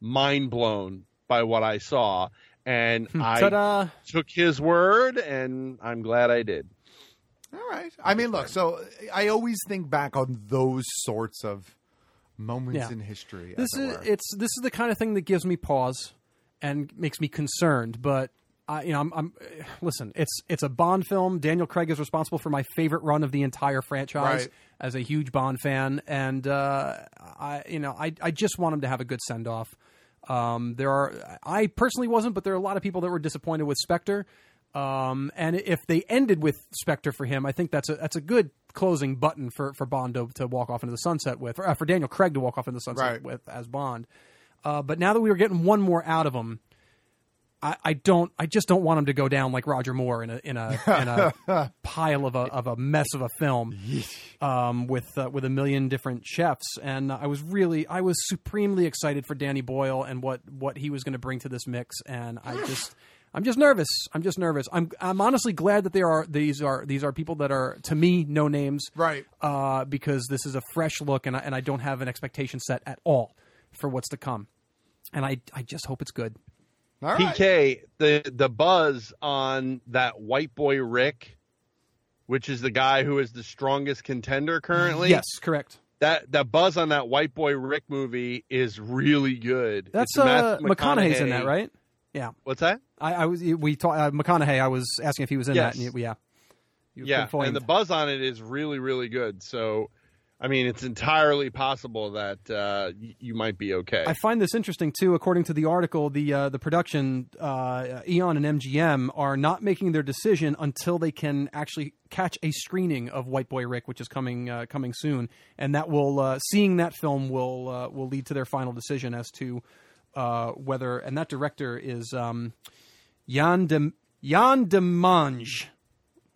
M: mind blown by what I saw. And I
L: Ta-da!
M: took his word, and I'm glad I did.
E: All right. I mean, look. So I always think back on those sorts of moments
L: Yeah.
E: in history. as
L: This
E: it
L: is
E: were.
L: it's this is the kind of thing that gives me pause and makes me concerned. But I, you know, I'm, I'm listen. It's it's a Bond film. Daniel Craig is responsible for my favorite run of the entire franchise
E: Right.
L: as a huge Bond fan, and uh, I, you know, I I just want him to have a good send off. Um, there are I personally wasn't, but there are a lot of people that were disappointed with Spectre. Um, and if they ended with Spectre for him, I think that's a that's a good closing button for for Bond to, to walk off into the sunset with, or uh, for Daniel Craig to walk off into the sunset
E: Right.
L: with as Bond. Uh, but now that we were getting one more out of him, I, I don't. I just don't want him to go down like Roger Moore in a in a, in a pile of a of a mess of a film, um, with uh, with a million different chefs. And I was really, I was supremely excited for Danny Boyle and what what he was going to bring to this mix. And I just, I'm just nervous. I'm just nervous. I'm I'm honestly glad that there are these are these are people that are to me no names,
E: Right.
L: Uh, because this is a fresh look, and I, and I don't have an expectation set at all for what's to come. And I I just hope it's good.
E: All right.
M: PK, the the buzz on that white boy Rick which is the guy who is the strongest contender currently.
L: Yes, correct.
M: That that buzz on that white boy Rick movie is really good.
L: That's
M: It's
L: uh,
M: Matthew
L: McConaughey's in that, right? Yeah.
M: What's that?
L: I, I was we talk, uh, McConaughey. I was asking if he was in
M: Yes.
L: that. And you, yeah. You've
M: yeah,
L: confirmed.
M: and the buzz on it is really really good. So, I mean, it's entirely possible that uh, y- you might be okay.
L: I find this interesting too. According to the article, the uh, the production uh, Eon and MGM are not making their decision until they can actually catch a screening of White Boy Rick, which is coming uh, coming soon, and that will uh, seeing that film will uh, will lead to their final decision as to uh, whether. And that director is um, Jan de Jan Demange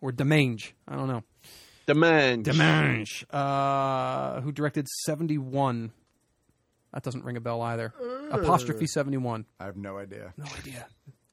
L: or Demange. I don't know.
M: Demange.
L: Demange. Uh, who directed 71. That doesn't ring a bell either. Apostrophe 71.
E: I have no idea.
L: No idea.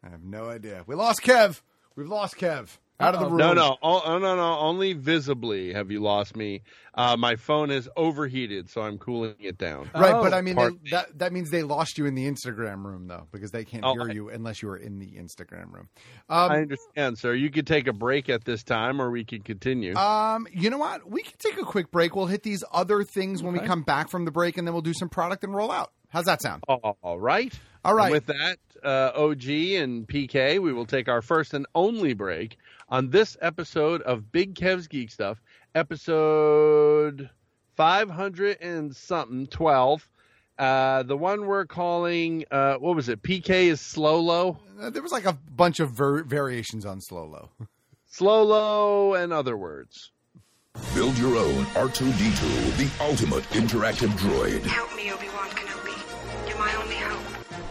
E: I have no idea. We lost Kev. We've lost Kev. Out of the room.
M: No, no, oh, oh, no, no. Only visibly have you lost me. Uh, my phone is overheated, so I'm cooling it down.
E: Right, but
L: Oh.
E: I mean
M: Part-
E: they, that that means they lost you in the Instagram room though, because they can't
M: Oh,
E: hear
M: I-
E: you unless you are in the Instagram room. Um,
M: I understand, sir. You could take a break at this time, or we can continue.
E: Um, you know what? We can take a quick break. We'll hit these other things when we
M: Okay.
E: come back from the break, and then we'll do some product and roll out. How's that sound?
M: All right.
E: All right.
M: And with that, uh, OG and PK, we will take our first and only break on this episode of Big Kev's Geek Stuff, episode 500 and something, 12. Uh, the one we're calling, uh, what was it? PK is slow low.
E: Uh, There was like a bunch of ver- variations on slow low.
M: Slow low and other words.
N: Build your own R2D2, the ultimate interactive droid.
O: Help me, Obi-Wan Kenobi. You're my only hope.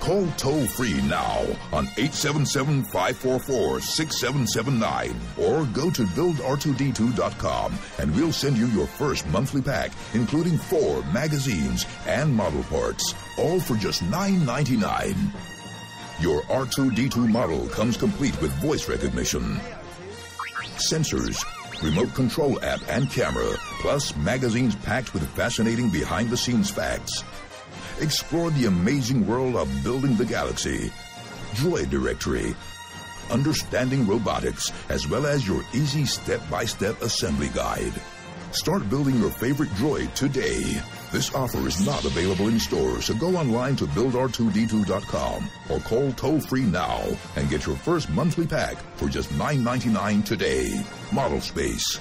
N: Call toll free now on 877 544 6779 or go to buildr2d2.com and we'll send you your first monthly pack, including four magazines and model parts, all for just $9.99. Your R2D2 model comes complete with voice recognition, sensors, remote control app and camera, plus magazines packed with fascinating behind the scenes facts. Explore the amazing world of building the galaxy, Droid Directory, understanding robotics, as well as your easy step by step assembly guide. Start building your favorite droid today. This offer is not available in stores, so go online to buildr2d2.com or call toll free now and get your first monthly pack for just $9.99 today. Model Space.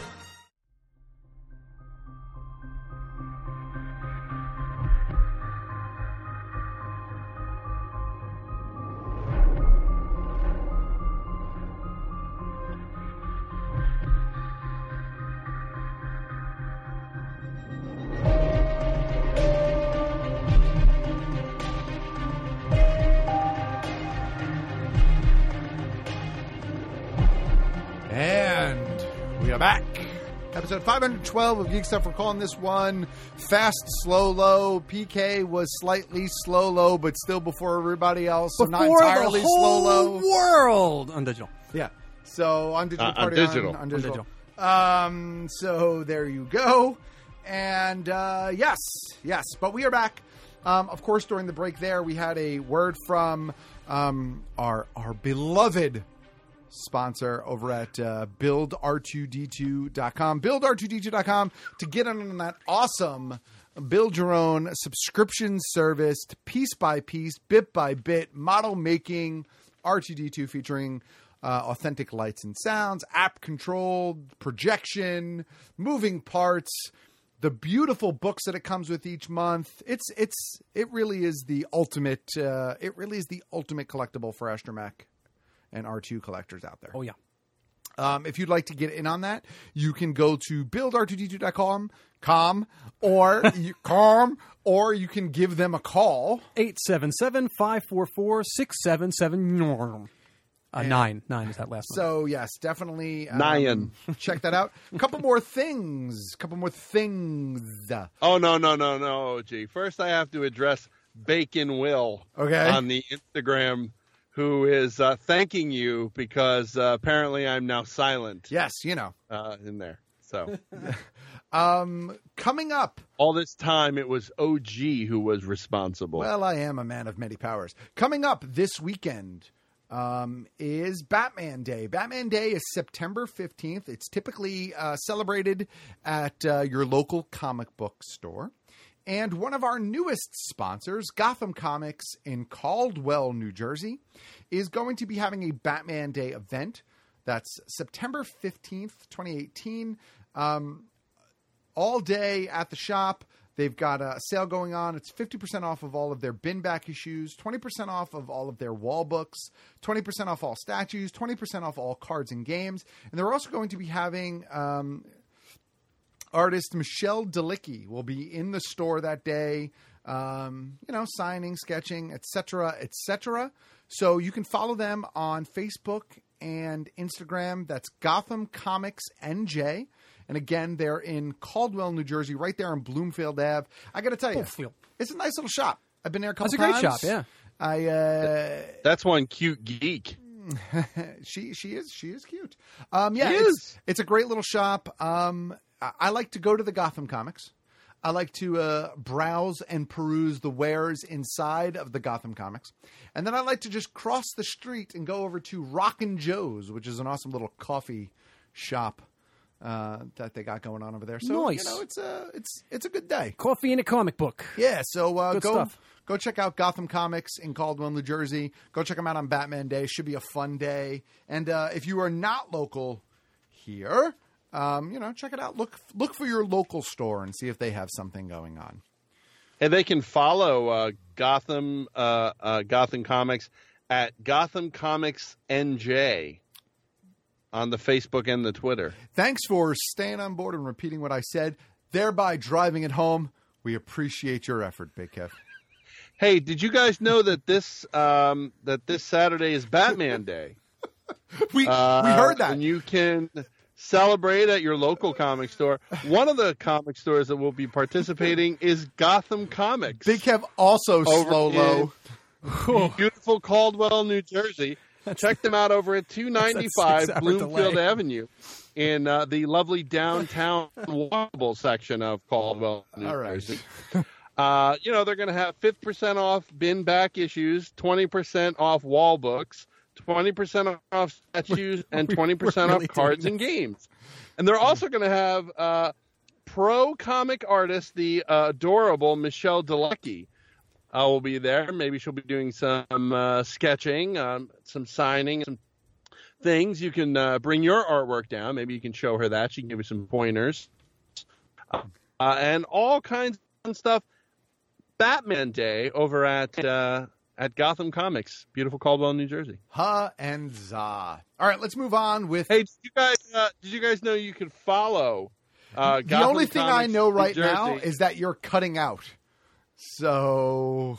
E: And we are back. Episode 512 of Geek Stuff. We're calling this one Fast Slow Low. PK was slightly slow low, but still before everybody else. So not
L: Before the
E: entirely
L: whole
E: slow low.
L: world on digital.
E: Yeah. So on digital
L: Uh, on
E: party on-
L: digital.
E: On,
L: On
E: digital. Um, so there you go. And uh, yes, yes, but we are back. Um, of course, during the break there, we had a word from um, our our beloved sponsor over at uh, buildr2d2.com. Buildr2d2.com to get on that awesome build your own subscription service to piece by piece, bit by bit, model making R2D2 featuring. Uh, authentic lights and sounds, app controlled, projection, moving parts, the beautiful books that it comes with each month. It's it's it really is the ultimate. Uh, it really is the ultimate collectible for Astromech and R2 collectors out there. Oh,
L: yeah.
E: Um, if you'd like to get in on that, you can go to buildr2d2.com com or you, com or you can give them a call
L: 877 544 677 Uh, Nine. Nine is that last one.
E: So yes, definitely um,
L: Nyan.
E: check that out. A couple more things. couple more things.
M: Oh, no, no, no, no, OG. First, I have to address Bacon Will
E: Okay.
M: on the Instagram, who is uh, thanking you because uh, apparently I'm now silent.
E: Yes, you know.
M: Uh, in there. So
E: Um, coming up.
M: all this time, it was OG who was responsible.
E: Well, I am a man of many powers. Coming up this weekend, um, is Batman Day. Batman Day is September 15th. It's typically uh, celebrated at uh, your local comic book store. And one of our newest sponsors, Gotham Comics in Caldwell, New Jersey, is going to be having a Batman Day event. That's September 15th, 2018. Um, all day at the shop. They've got a sale going on. It's 50% off of all of their bin back issues, 20% off of all of their wall books, 20% off all statues, 20% off all cards and games. And they're also going to be having um, artist Michelle Dalicki will be in the store that day, um, you know, signing, sketching, etc., etc. So you can follow them on Facebook and Instagram. That's Gotham Comics NJ. And again, they're in Caldwell, New Jersey, right there on Bloomfield Ave. I got to tell you,
L: Bloomfield.
E: it's a nice little shop. I've been there a couple
L: That's a great
E: times.
L: shop, yeah.
E: I uh,
M: That's one cute geek.
E: she she is she is cute. Um, yeah, it's, it's a great little shop. Um, I, I like to go to the Gotham Comics. I like to uh, browse and peruse the wares inside of the Gotham Comics, and then I like to just cross the street and go over to Rockin' Joe's, which is an awesome little coffee shop uh, that they got going on over there. So
L: Nice.
E: you know, it's a it's it's a good day.
L: Coffee and a comic book.
E: Yeah, so uh,
L: Good
E: go
L: stuff.
E: go check out Gotham Comics in Caldwell, New Jersey. Go check them out on Batman Day. Should be a fun day. And uh, if you are not local here, um, you know, check it out. Look look for your local store and see if they have something going on.
M: And they can follow uh, Gotham uh, uh, Gotham Comics at Gotham Comics NJ on the Facebook and the Twitter.
E: Thanks for staying on board and repeating what I said, thereby driving it home. We appreciate your effort, Big Kev.
M: Hey, did you guys know that this um, that this Saturday is Batman Day?
E: we
M: we heard that. And you can celebrate at your local comic store. One of the comic stores that will be participating is Gotham Comics.
E: Big Kev also
M: Over
E: slow
M: in
E: low.
M: Beautiful Caldwell, New Jersey. Check them out over at 295
E: six-hour
M: Bloomfield
E: delay.
M: Avenue in uh, the lovely downtown walkable section of Caldwell, New
E: All right.
M: Jersey. Uh, you know, they're going to have 50% off bin back issues, 20% off wall books, 20% off statues, and 20%
E: we're
M: off
E: really
M: cards
E: doing
M: and games. And they're also going to have uh, pro comic artist, the uh, adorable Michelle Dalecki. I will be there. Maybe she'll be doing some uh, sketching, um, some signing, some things. You can uh, bring your artwork down. Maybe you can show her that. She can give you some pointers. Uh, and all kinds of fun stuff. Batman Day over at uh, at Gotham Comics, beautiful Caldwell, New Jersey.
E: Ha and za. All right, let's move on with.
M: Hey, did you guys uh, did you guys know you could follow? Uh,
E: the
M: Gotham
E: only thing I
M: Comics,
E: know
M: New
E: right now
M: Jersey?
E: is that you're cutting out. So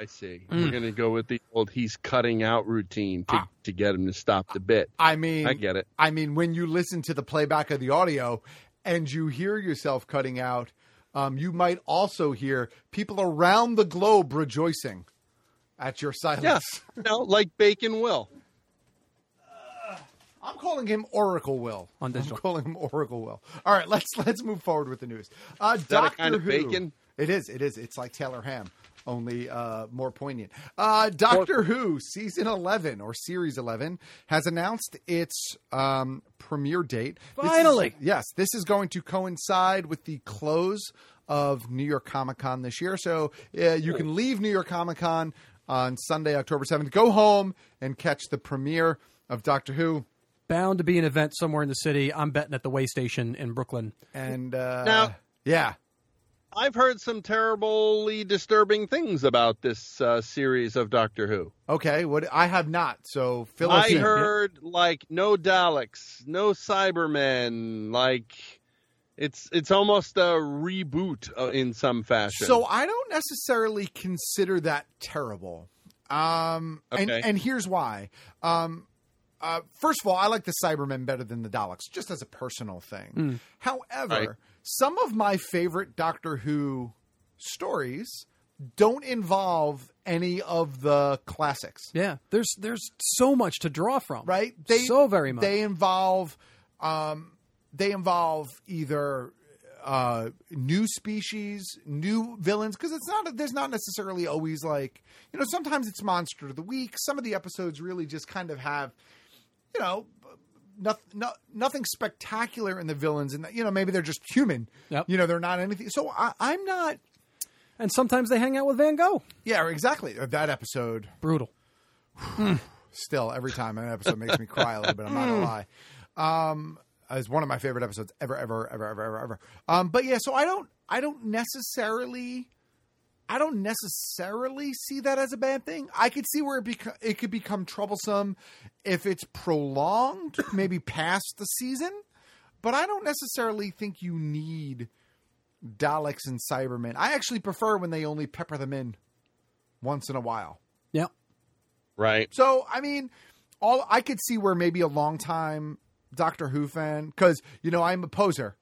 M: I see.
E: Mm.
M: We're gonna go with the old he's cutting out routine
E: Ah.
M: to, to get him to stop the bit.
E: I mean,
M: I get it.
E: I mean, when you listen to the playback of the audio and you hear yourself cutting out, um, you might also hear people around the globe rejoicing at your silence.
M: Yeah, no, like Bacon Will.
E: I'm calling him Oracle Will.
L: On digital.
E: I'm calling him Oracle Will. All right, let's let's move forward with the news. Uh,
M: that a
E: Doctor
M: kind of
E: Who.
M: bacon?
E: It is. It is. It's like Taylor Ham, only uh, more poignant. Uh, Doctor Who season eleven or series eleven has announced its um, premiere date. This is-
L: Finally.
E: yes, this is going to coincide with the close of New York Comic Con this year. So uh, you can leave New York Comic Con on Sunday, October seventh. Go home and catch the premiere of Doctor Who.
L: Bound to be an event somewhere in the city. I'm betting at the way station in Brooklyn.
E: And uh,
M: Now-
E: yeah,
M: I've heard some terribly disturbing things about this uh, series of Doctor Who.
E: okay. What I have not. So fill us
M: I
E: in.
M: heard like no Daleks, no Cybermen. Like it's it's almost a reboot uh, in some fashion.
E: So I don't necessarily consider that terrible. Um, and,
M: Okay.
E: and here's why. Um, uh, first of all, I like the Cybermen better than the Daleks, just as a personal thing.
L: Mm.
E: However,
M: Right.
E: some of my favorite Doctor Who stories don't involve any of the classics.
L: Yeah, there's there's so much to draw from.
E: right?
L: so very much.
E: They involve, um, they involve either uh, new species, new villains, because it's not there's not necessarily always like you know sometimes it's monster of the week. Some of the episodes really just kind of have you know nothing no, nothing spectacular in the villains, and you know maybe they're just human. You know they're not anything. So I, I'm not.
L: And sometimes they hang out with Van Gogh.
E: Yeah, exactly. That episode
L: brutal.
E: Still, every time an episode makes me cry a little bit. I'm not gonna lie. Um, it's one of my favorite episodes ever, ever, ever, ever, ever, ever. Um, but yeah, so I don't, I don't necessarily, I don't necessarily see that as a bad thing. I could see where it beco- it could become troublesome if it's prolonged, maybe past the season. But I don't necessarily think you need Daleks and Cybermen. I actually prefer when they only pepper them in once in a while.
M: Right.
E: So I mean, all I could see where maybe a long time Doctor Who fan, because you know I'm a poser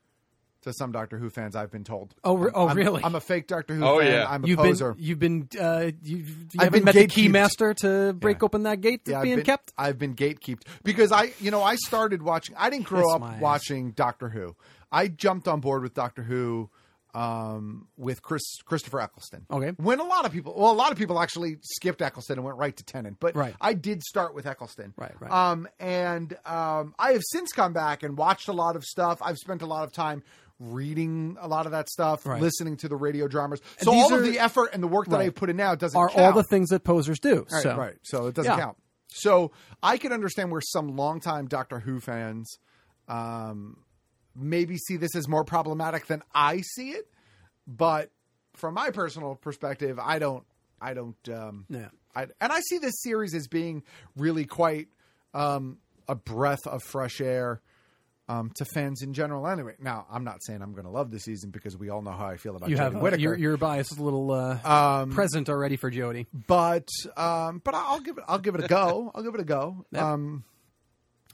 E: to some Doctor Who fans. I've been told.
L: Oh, re- oh,
E: I'm-
L: really?
E: I'm a fake Doctor Who
L: Oh,
E: fan.
L: yeah.
E: I'm a
L: You've been-
E: poser.
L: you've been. Uh, you've, you
E: I've
L: haven't
E: been
L: met the key
E: gatekeeped.
L: master to break open that gate that's
E: Yeah, I've
L: being
E: been-
L: kept.
E: I've been gatekeeped because I, you know, I started watching. I didn't grow
L: Kiss
E: up
L: my ass.
E: watching Doctor Who. I jumped on board with Doctor Who um, with Chris Christopher Eccleston.
L: Okay.
E: When a lot of people, well, a lot of people actually skipped Eccleston and went right to Tennant, but
L: Right.
E: I did start with Eccleston.
L: Right, right.
E: Um, and um, I have since come back and watched a lot of stuff. I've spent a lot of time reading a lot of that stuff,
L: Right.
E: listening to the radio dramas.
L: And
E: So
L: these
E: all
L: are-
E: of the effort and the work that
L: Right.
E: I put in now doesn't
L: Are all
E: count.
L: the things that posers do.
E: Right,
L: so.
E: right. So it doesn't
L: Yeah.
E: count. So I can understand where some longtime Doctor Who fans um, maybe see this as more problematic than I see it. But from my personal perspective, I don't. I don't. Um,
L: Yeah.
E: I, and I see this series as being really quite um, a breath of fresh air um, to fans in general. Anyway, now I'm not saying I'm going to love the season because we all know how I feel about
L: You
E: Jodie
L: have
E: Whittaker.
L: your, your bias is a little uh,
E: Um,
L: present already for Jody.
E: but um, but I'll give it I'll give it a go. I'll give it a go.
L: Yep.
E: Um,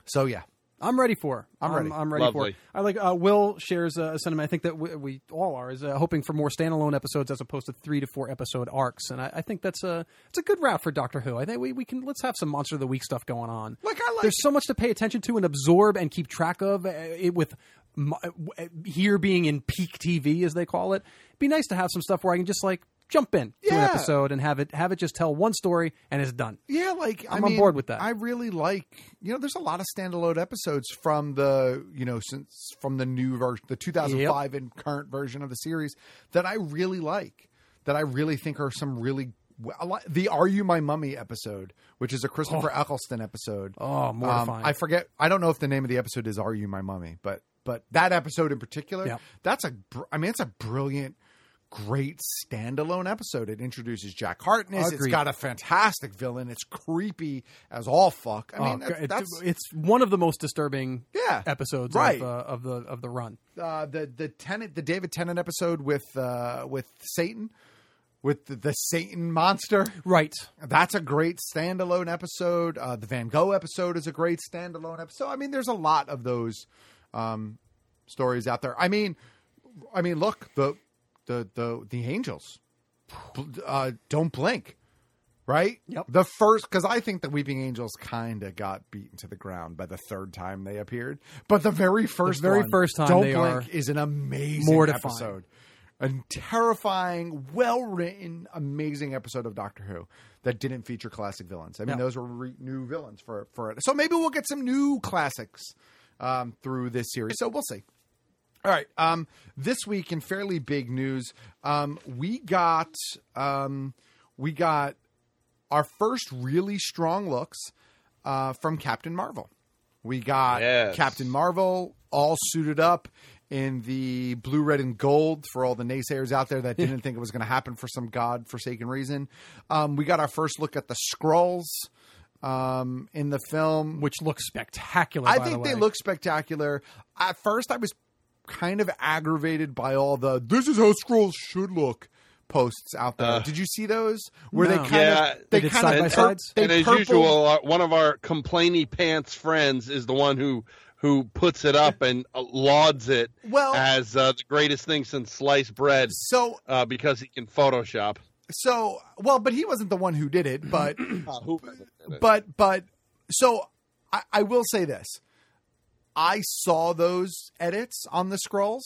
E: so yeah,
L: I'm ready for. her.
E: I'm ready.
L: I'm, ready
E: Lovely.
L: for. It. I like. Uh, Will shares a sentiment. I think that we, we all are is uh, hoping for more standalone episodes as opposed to three to four episode arcs, and I, I think that's a it's a good route for Doctor Who. I think we, we can let's have some Monster of the Week stuff going on. Like
E: I like.
L: There's so much to pay attention to and absorb and keep track of. Uh, it with mo- uh, w- uh, here being in peak TV as they call it. It'd be nice to have some stuff where I can just like jump in to an
E: Yeah.
L: episode and have it have it just tell one story and it's done.
E: yeah, like I
L: I'm on
E: mean,
L: board with that.
E: I really like you know. There's a lot of standalone episodes from the you know since from the new version, the 2005 and current version of the series that I really like. That I really think are some really a lot- the "Are You My Mummy" episode, which is a Christopher Eccleston episode.
L: Oh,
E: Um,
L: mortifying.
E: I forget. I don't know if the name of the episode is "Are You My Mummy," but but that episode in particular,
L: Yeah.
E: that's a. br- I mean, it's a brilliant. Great standalone episode. It introduces Jack Hartness.
L: Agreed.
E: It's got a fantastic villain. It's creepy as all fuck. I
L: Oh,
E: mean,
L: God,
E: that's,
L: it-
E: that's
L: it's one of the most disturbing
E: Yeah.
L: episodes
E: Right.
L: of, uh, of the of the run.
E: uh, the the tenant, the David Tennant episode with uh, with Satan, with the, the Satan monster.
L: Right.
E: That's a great standalone episode. Uh, the Van Gogh episode is a great standalone episode. I mean, there's a lot of those um, stories out there. I mean, I mean, look the the the the angels. Uh, don't blink. Right? Yep. The first, because I think the Weeping Angels kind of got beaten to the ground by the third time they appeared. But the very first,
L: very
E: one,
L: first time
E: Don't
L: they
E: Blink,
L: are
E: is an amazing
L: mortifying.
E: episode, a terrifying, well written, amazing episode of Doctor Who that didn't feature classic villains. I mean,
L: Yeah.
E: those were re- new villains for for it. So maybe we'll get some new classics um, through this series. So we'll see. All right. Um, this week in fairly big news, um, we got um, we got our first really strong looks uh, from Captain Marvel. We got
M: Yes.
E: Captain Marvel all suited up in the blue, red, and gold for all the naysayers out there that didn't think it was going to happen for some godforsaken reason. Um, we got our first look at the Skrulls um, in the film,
L: which looks spectacular.
E: I
L: Oh, by
E: think
L: the
E: they
L: way.
E: look spectacular. At first, I was kind of aggravated by all the "this is how Skrulls should look" posts out there.
M: Uh,
E: Did you see those? Where they
L: No.
E: kind
M: Yeah,
E: of they, kind of pur- they
M: And as
E: purple-
M: usual, our, one of our complainy pants friends is the one who who puts it up and uh, lauds it
E: Well-
M: as uh, the greatest thing since sliced bread.
E: So
M: uh, because he can Photoshop.
E: So well, but he wasn't the one who did it, but but but so I, I will say this: I saw those edits on the scrolls,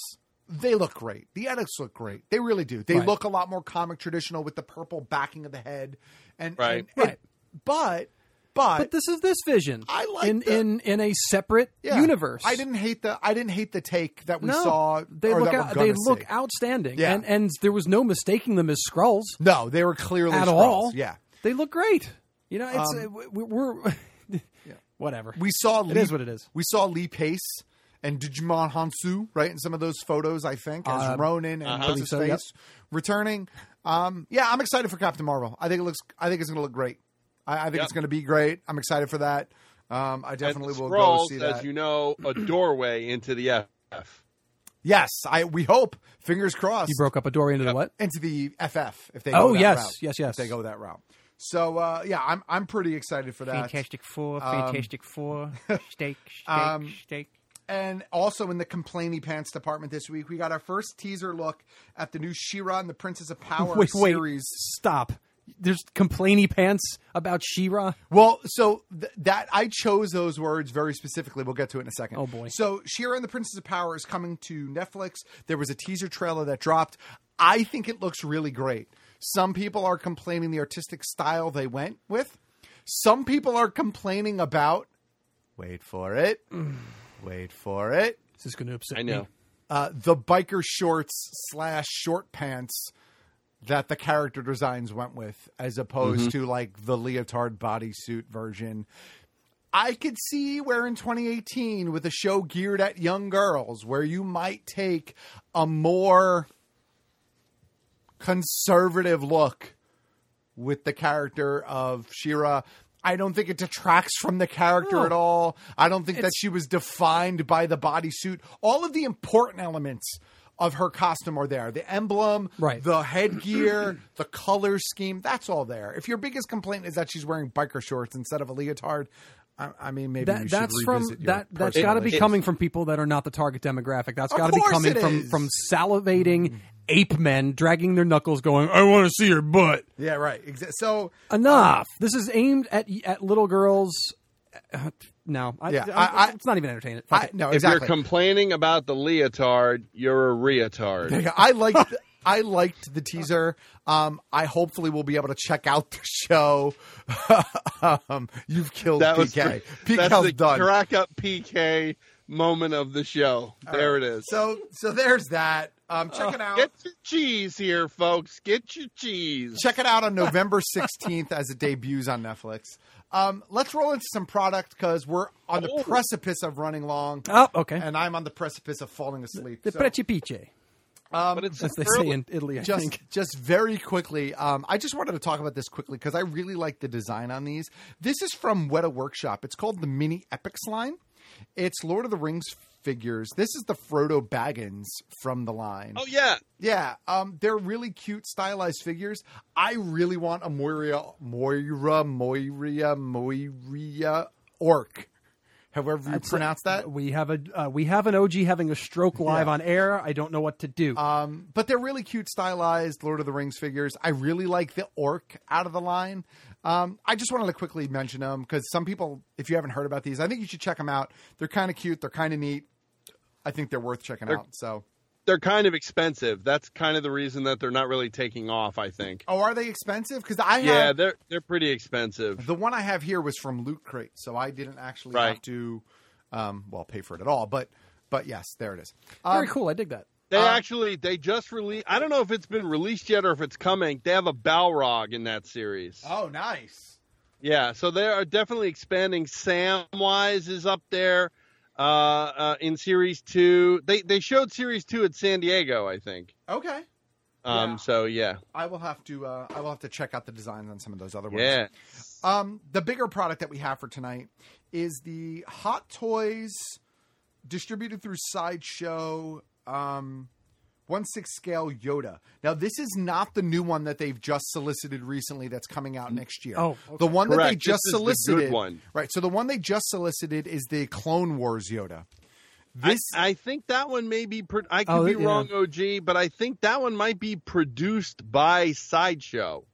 E: they look great. The edits look great. They really do. They
L: Right.
E: look a lot more comic traditional with the purple backing of the head. And and-
L: Right. Right.
E: But but
L: But this is this vision. I like in in in a separate
E: yeah,
L: universe.
E: I didn't hate the I didn't hate the take that we
L: no,
E: saw.
L: They
E: or
L: look
E: that we're
L: out, they
E: gonna
L: look
E: see.
L: outstanding.
E: Yeah.
L: And and there was no mistaking them as Skrulls.
E: No, they were clearly
L: at
E: Skrulls,
L: all.
E: yeah.
L: They look great. You know, it's
E: Um,
L: uh, we- we're whatever.
E: We saw
L: It
E: Lee,
L: is what it is.
E: We saw Lee Pace and Digimon Hansu, right? In some of those photos, I think, as
L: Uh,
E: Ronan and
L: uh-huh.
E: what's his
L: I
E: face
L: believe so,
E: returning. Um, yeah, I'm excited for Captain Marvel. I think it looks. I think it's going to look great. I, I think
M: Yeah.
E: it's going to be great. I'm excited for that. Um, I definitely will go
M: Scrolls,
E: see
M: as
E: that.
M: you know, a doorway into the F.
E: yes, I. We hope. Fingers crossed.
L: You broke up a doorway into the what?
E: Into the FF. If they.
L: Oh,
E: go that
L: yes,
E: route,
L: yes,
E: if
L: yes.
E: they go that route. So uh, yeah, I'm I'm pretty excited for that.
P: Fantastic Four,
E: Um,
P: Fantastic Four, steak, steak,
E: Um,
P: steak.
E: And also in the complainy pants department this week, we got our first teaser look at the new She-Ra and the Princess of Power
L: wait, wait,
E: series.
L: stop. There's complainy pants about Shira.
E: Well, so th- that I chose those words very specifically. We'll get to it in a second. Oh boy! So She-Ra and the Princess of Power is coming to Netflix. There was a teaser trailer that dropped. I think it looks really great. Some people are complaining the artistic style they went with. Some people are complaining about. Wait for it. Wait for it.
L: This is going to upset
M: I know. me.
E: Uh, the biker shorts slash short pants that the character designs went with, as opposed
M: Mhm.
E: to like the leotard bodysuit version. I could see where in 2018, with a show geared at young girls, where you might take a more conservative look with the character of Shira. I don't think it detracts from the character
L: No.
E: at all. I don't think that she was defined by the bodysuit. All of the important elements of her costume are there. The emblem,
L: Right.
E: the headgear, the color scheme, that's all there. If your biggest complaint is that she's wearing biker shorts instead of a leotard, I, I mean maybe you
L: That,
E: should
L: that's from
E: revisit your
L: that. That's
E: personal
L: got to be
E: issues.
L: coming from people that are not the target demographic. That's
E: Of
L: got to be
E: course
L: coming
E: it
L: from
E: is. Mm.
L: from salivating ape men dragging their knuckles, going, "I want to see your butt."
E: Yeah, right. Exa- So
L: Enough. Um, this is aimed at at little girls. Uh, no, I,
E: Yeah,
L: I- it's not even entertaining. Fuck it.
E: no,
M: if you're complaining about the leotard, you're a reotard.
E: There you go. I liked I liked the teaser. Um, I hopefully will be able to check out the show. um, you've killed
M: that was
E: PK.
M: the,
E: PK's
M: that's the
E: done.
M: crack up PK moment of the show. there it is.
E: So so there's that. Um, check it out.
M: Get your cheese here, folks. Get your cheese.
E: Check it out on November 16th as it debuts on Netflix. Um, let's roll into some product because we're on the
L: Oh.
E: precipice of running long.
L: Oh, okay.
E: And I'm on the precipice of falling asleep.
L: the
E: so-
L: precipice.
E: Um,
L: it's As they say in Italy, I
E: just,
L: think.
E: Just very quickly, um, I just wanted to talk about this quickly because I really like the design on these. This is from Weta Workshop. It's called the Mini Epics line. It's Lord of the Rings figures. This is the Frodo Baggins from the line.
M: Oh yeah,
E: yeah. Um, they're really cute, stylized figures. I really want a Moira, Moira, Moira, Moira orc. However you
L: That's-
E: pronounce that.
L: We have a uh, we have an OG having a stroke live
E: Yeah.
L: on air. I don't know what to do.
E: Um, but they're really cute, stylized Lord of the Rings figures. I really like the orc out of the line. Um, I just wanted to quickly mention them because some people, if you haven't heard about these, I think you should check them out. They're kind of cute. They're kind of neat. I think they're worth checking
M: They're-
E: out. So,
M: They're kind of expensive. That's kind of the reason that they're not really taking off. I think.
E: oh, are they expensive? Because I
M: yeah,
E: have
M: they're they're pretty expensive.
E: the one I have here was from Loot Crate, so I didn't actually have
M: Right.
E: to, um, well, pay for it at all. But, but yes, there it is.
L: Very cool. I dig that.
E: Uh,
M: They actually they just released. I don't know if it's been released yet or if it's coming. They have a Balrog in that series.
E: Oh, nice.
M: Yeah, so they are definitely expanding. Samwise is up there uh, uh, in series two. They they showed series two at San Diego, I think.
E: Okay.
M: Um,
E: Yeah.
M: so yeah,
E: I will have to uh, I will have to check out the designs on some of those other ones.
M: Yeah.
E: Um, the bigger product that we have for tonight is the Hot Toys distributed through Sideshow um, one six scale Yoda. Now this is not the new one that they've just solicited recently. That's coming out next year.
M: Oh, okay.
E: the one that they
M: Correct.
E: just
M: This is the good
E: solicited.
M: one.
E: Right. So the one they just solicited is the Clone Wars Yoda.
M: I, I think that one may be. Pro- I could
E: Oh,
M: be
E: yeah.
M: wrong, OG, but I think that one might be produced by Sideshow,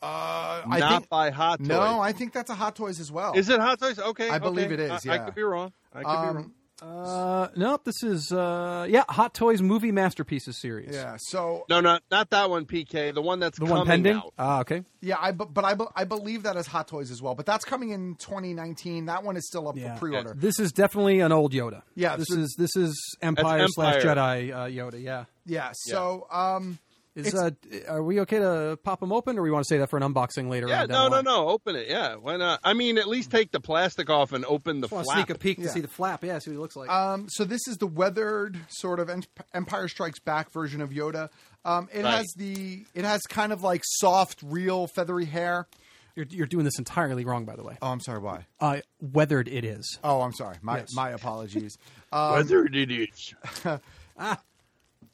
E: Uh,
M: not by Hot Toys.
E: No, I think that's a Hot Toys as well.
M: Is it Hot Toys? Okay,
E: I believe
M: okay.
E: it is.
M: I, I
E: yeah.
M: could be wrong. I could be
E: Um,
M: wrong.
L: Uh, nope. This is uh, yeah, Hot Toys movie masterpieces series.
E: Yeah. So
M: no, no, not that one, PK. The one that's
L: the one
M: coming
L: pending.
M: out.
L: Ah, okay.
E: Yeah, I bu- but I, bu- I believe that is Hot Toys as well. But that's coming in 2019. That one is still up for pre-order.
L: This is definitely an old Yoda.
E: Yeah,
L: This
E: so-
L: is this is Empire,
E: That's
L: slash
E: Empire.
L: Jedi uh, Yoda. Yeah.
E: Yeah. So um,
L: Is
E: it's-
L: uh, are we okay to pop them open, or we want to say that for an unboxing later?
M: Yeah,
L: on down
M: no,
L: the
M: no,
L: line?
M: no. Open it. Yeah, why not? I mean, at least take the plastic off and open the
L: Just want to
M: flap. Uh,
L: sneak a peek to
E: Yeah.
L: see the flap. Yeah, see what he looks like.
E: Um, so this is the weathered sort of Em- Empire Strikes Back version of Yoda. Um, it
L: Right.
E: has the it has kind of like soft, real, feathery hair.
L: You're, you're doing this entirely wrong, by the way.
E: Oh, I'm sorry. Why?
L: Uh, weathered it is.
E: Oh, I'm sorry. My
L: Yes.
E: my apologies. Um,
M: Weathered it is.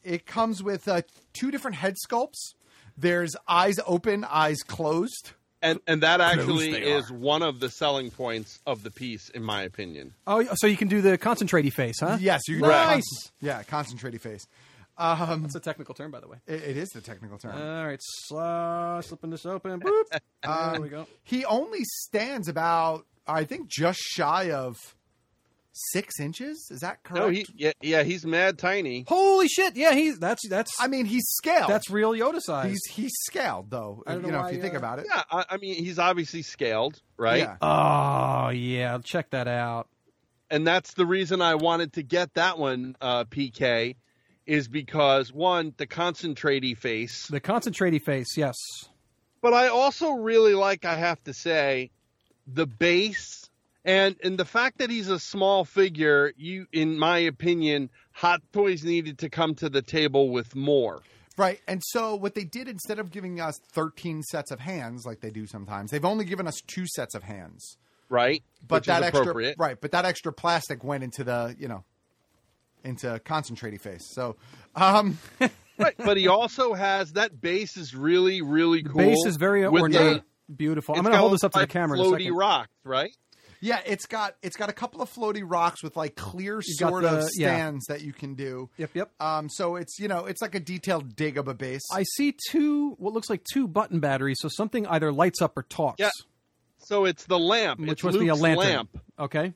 E: It comes with uh, two different head sculpts. There's eyes open, eyes closed.
M: And and that
E: Close
M: actually
E: they
M: is one of the selling points of the piece, in my opinion.
L: Oh, so you can do the concentraty face, huh?
E: Yes, you can
L: nice.
E: yeah, concentrated face. Um,
L: That's a technical term, by the way.
E: It, it is the technical term.
L: All right, sl- slipping this open. Boop. Ah, there
E: Um,
L: we go.
E: He only stands about, I think, just shy of six inches. Is that correct?
M: No, he yeah, yeah, he's mad tiny.
L: Holy shit! Yeah, he's that's that's.
E: I mean, he's scaled.
L: That's real Yoda size.
E: He's he's scaled though.
L: I don't
E: you
L: know
E: know,
L: why,
E: if you think
L: uh,
E: about it.
M: Yeah, I, I mean, he's obviously scaled, right?
E: Yeah.
L: Oh yeah, check that out.
M: and that's the reason I wanted to get that one, uh, PK, is because one, the concentratey face,
L: The concentraty face. Yes.
M: but I also really like, I have to say, the base and and the fact that he's a small figure. You, in my opinion, Hot Toys needed to come to the table with more.
E: Right. And so what they did instead of giving us 13 sets of hands like they do sometimes, they've only given us two sets of hands.
M: Right,
E: But
M: Which is
E: that extra
M: appropriate.
E: right, but that extra plastic went into the, you know, into concentrated face. So, um
M: right, but he also has that base is really really cool.
L: Base is very
M: with
L: ornate,
M: the-
L: beautiful.
M: it's
L: I'm gonna hold
M: got
L: this up to the
M: like
L: camera. In a
M: Floaty
L: second.
M: rocks, right?
E: yeah, it's got it's got a couple of floaty rocks with like clear
L: You've got
E: sort of
L: the- yeah.
E: stands that you can do.
L: Yep, yep.
E: Um so it's, you know, it's like a detailed dig of a base.
L: I see two what looks like two button batteries, so something either lights up or talks. Yeah.
M: So it's the lamp,
L: Which
M: it's
L: must be a
M: Luke's
L: lantern.
M: lamp.
L: Okay.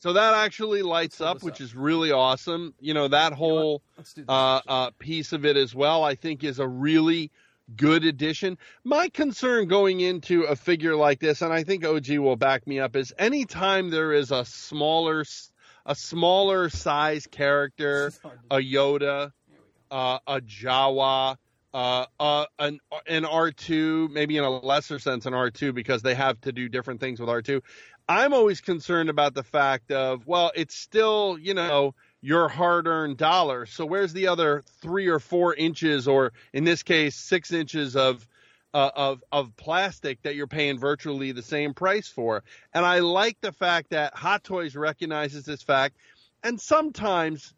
M: So that actually lights up, which is really awesome. You know, that whole uh, uh, piece of it as well, I think, is a really good addition. My concern going into a figure like this, and I think OG will back me up, is anytime there is a smaller, s- a smaller size character, a Yoda, uh, a Jawa, uh, uh, an an R two, maybe in a lesser sense an R two because they have to do different things with R two. I'm always concerned about the fact of well, it's still you know your hard earned dollar. So where's the other three or four inches, or in this case six inches of uh, of of plastic that you're paying virtually the same price for. And I like the fact that Hot Toys recognizes this fact, and sometimes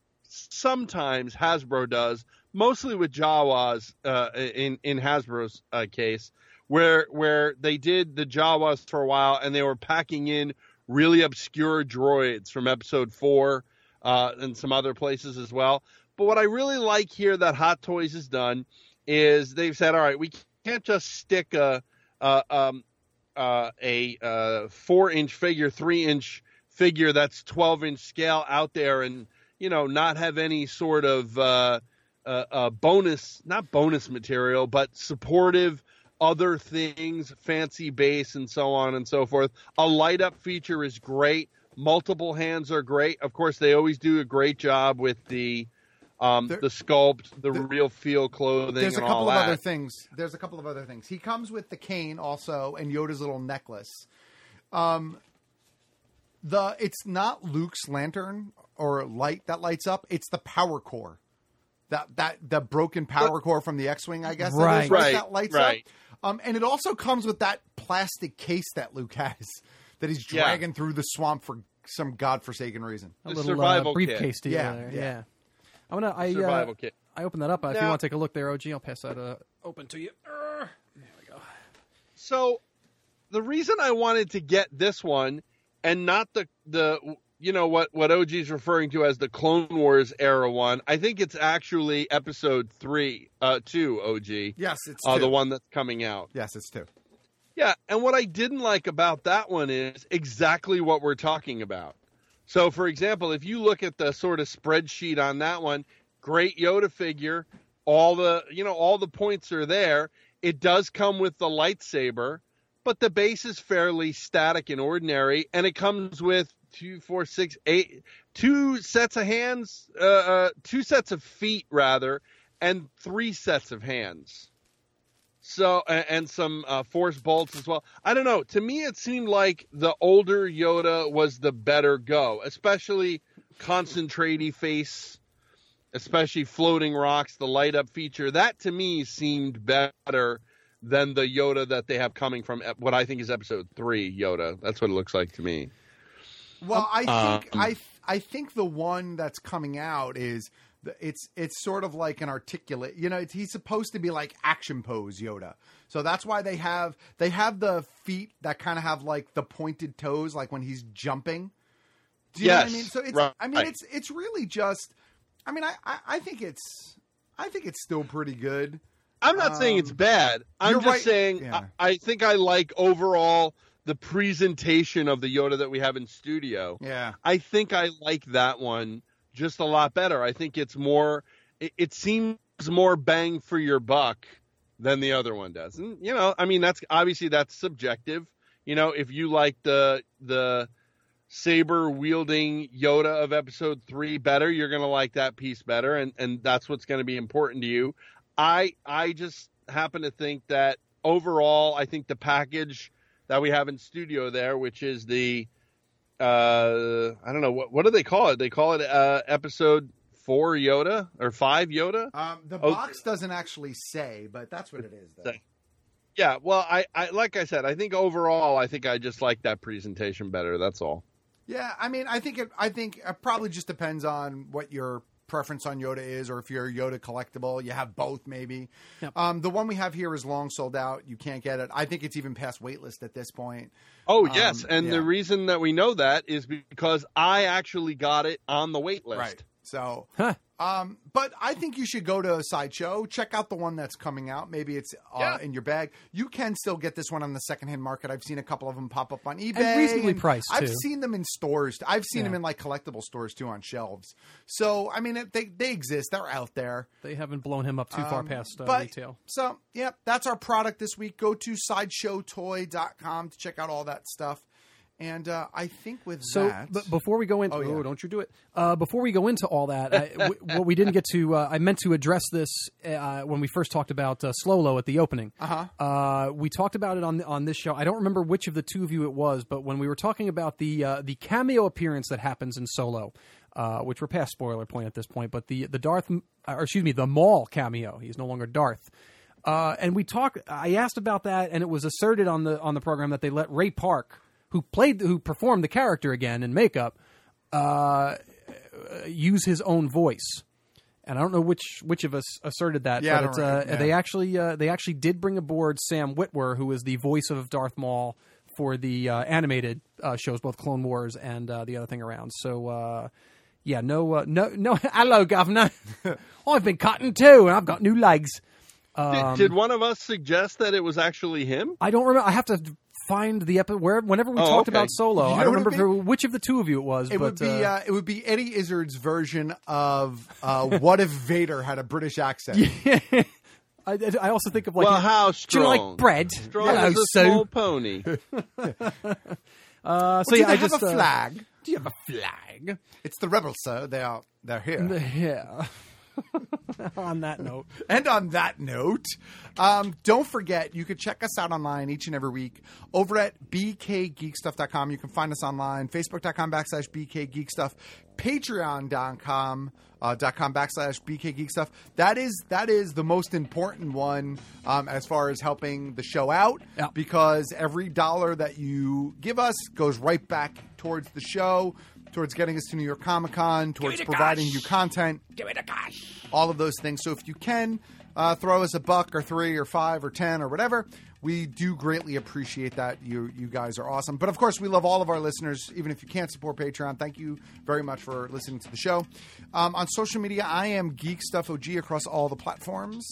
M: sometimes Hasbro does, mostly with Jawas uh, in in Hasbro's uh, case, where where they did the Jawas for a while and they were packing in really obscure droids from Episode Four uh, and some other places as well. But what I really like here that Hot Toys has done is they've said, all right, we can't just stick a a, um, uh, a uh, four inch figure, three inch figure that's 12 inch scale out there and, you know, not have any sort of uh, uh, uh, bonus, not bonus material, but supportive other things, fancy base and so on and so forth. A light up feature is great. Multiple hands are great. Of course, they always do a great job with the um, the sculpt, the real feel clothing.
E: There's a
M: and
E: couple
M: all
E: of
M: that.
E: other things. There's a couple of other things. He comes with the cane also and Yoda's little necklace. Um the it's not Luke's lantern or light that lights up, it's the power core. That that the broken power core from the X-wing, I guess. that is,
L: Right. Right,
E: That lights
L: right.
E: up. Um and it also comes with that plastic case that Luke has that he's
L: Yeah.
E: dragging through the swamp for some godforsaken reason.
L: A little uh, briefcase deal
E: Yeah,
L: there.
E: yeah.
L: Yeah. I'm gonna I
E: Survival
L: uh,
E: kit.
L: I open that up. Uh, if you
M: Now-
L: want to take a look there, OG, I'll pass that uh, open to you.
M: So the reason I wanted to get this one and not the the you know what what OG is referring to as the Clone Wars era one, I think it's actually episode 3 uh 2 OG.
E: Yes, it's
M: uh,
E: two.
M: the one that's coming out.
E: Yes, it's two.
M: Yeah, and what I didn't like about that one is exactly what we're talking about. So, for example, if you look at the sort of spreadsheet on that one, great Yoda figure, all the you know all the points are there. It does come with the lightsaber, but the base is fairly static and ordinary, and it comes with two, four, six, eight, two sets of hands, uh, uh, two sets of feet rather, and three sets of hands. So and, and some uh, force bolts as well. I don't know. To me, it seemed like the older Yoda was the better go, especially concentraty face, especially floating rocks, the light up feature. That to me seemed better than the Yoda that they have coming from ep- what I think is Episode Three Yoda. That's what it looks like to me.
E: Well, I think
M: Um,
E: I th- I think the one that's coming out is the- it's it's sort of like an articulate. You know, it's, he's supposed to be like action pose Yoda. So that's why they have they have the feet that kind of have like the pointed toes, like when he's jumping. Do you know what I
M: Yes,
E: mean? So it's
M: right.
E: I mean it's it's really just. I mean, I, I I think it's I think it's still pretty good.
M: I'm not saying it's bad. I'm
E: Um, you're
M: just
E: right.
M: saying I, I think I like overall the presentation of the Yoda that we have in studio.
E: Yeah.
M: I think I like that one just a lot better. I think it's more. It, it seems more bang for your buck than the other one does. And you know, I mean, that's obviously that's subjective. You know, if you like the the saber wielding Yoda of episode three better, you're gonna like that piece better, and and that's what's gonna be important to you. I I just happen to think that overall, I think the package that we have in studio there, which is the uh, I don't know what what do they call it? They call it uh, episode four Yoda or five Yoda.
E: Um, the
M: Oh.
E: box doesn't actually say, but that's what it is. Though.
M: Yeah, well, I, I like I said, I think overall, I think I just like that presentation better. That's all.
E: Yeah, I mean, I think it. I think it probably just depends on what your preference on Yoda is, or if you're a Yoda collectible, you have both maybe. Um, the one we have here is long sold out. You can't get it. I think it's even past waitlist at this point.
M: Oh
E: Um,
M: yes, and
E: yeah.
M: the reason that we know that is because I actually got it on the wait list.
E: Right. So, um, but I think you should go to a sideshow, check out the one that's coming out. Maybe it's uh, in your bag. You can still get this one on the secondhand market. I've seen a couple of them pop up on eBay.
L: reasonably
E: and
L: priced,
E: I've
L: too.
E: seen them in stores. I've seen
L: Yeah.
E: them in like collectible stores too on shelves. So I mean, it- they they exist. They're out there.
L: They haven't blown him up too far
E: Um,
L: past uh,
E: but-
L: retail.
E: So, yeah, that's our product this week. Go to sideshowtoy.com to check out all that stuff. And uh, I think with
L: So,
E: that,
L: but before we go in, oh,
E: yeah.
L: don't you do it. Uh, before we go into all that, I, w- what we didn't get to, uh, I meant to address this uh, when we first talked about uh, Slowlo at the opening.
E: Uh-huh.
L: Uh, we talked about it on on this show. I don't remember which of the two of you it was, but when we were talking about the uh, the cameo appearance that happens in Solo, uh, which we're past spoiler point at this point, but the the Darth, or excuse me, the Maul cameo. He's no longer Darth. Uh, and we talked. I asked about that, and it was asserted on the on the program that they let Ray Park, who played who performed the character again in makeup, uh, use his own voice. And I don't know which which of us asserted that,
E: Yeah, I
L: but
E: don't
L: uh,
E: remember. Yeah.
L: they actually uh, they actually did bring aboard Sam Witwer, who is the voice of Darth Maul for the uh, animated uh, shows, both Clone Wars and uh, the other thing around. So. Uh, yeah, no, uh, no, no. Hello, Governor. I've been cutting too, and I've got new legs.
M: Did,
L: Um,
M: did one of us suggest that it was actually him?
L: I don't remember. I have to find the episode where whenever we
M: Oh,
L: talked
M: okay.
L: about Solo.
M: You
L: I
M: know
L: don't
M: what it
L: remember who- which of the two of you it was.
E: It
L: but,
E: would be
L: uh,
E: uh, it would be Eddie Izzard's version of uh, what if Vader had a British accent?
L: I, I also think of like
M: well, how
L: Do
M: strong?
L: you like bread?
M: Strong
L: Hello,
M: as a
L: Sue.
M: small pony.
L: Uh, so
E: Well, do they
L: yeah, I
E: have
L: just
E: a
L: uh,
E: flag? Do you have a flag? It's the rebels, sir. They are they're here.
L: Yeah. on that note.
E: And on that note, um, don't forget you can check us out online each and every week over at bkgeekstuff.com. You can find us online, facebook.com backslash bkgeekstuff, patreon.com uh, dot com backslash bkgeekstuff. That is that is the most important one um, as far as helping the show out because every dollar that you give us goes right back towards the show, towards getting us to New York Comic Con, towards
L: the
E: providing
L: cash.
E: you content
L: Give it a gosh.
E: all of those things. So if you can uh, throw us a buck or three or five or ten or whatever, we do greatly appreciate that. You you guys are awesome. But of course, we love all of our listeners. Even if you can't support Patreon, thank you very much for listening to the show. Um, on social media, I am Geek Stuff OG across all the platforms.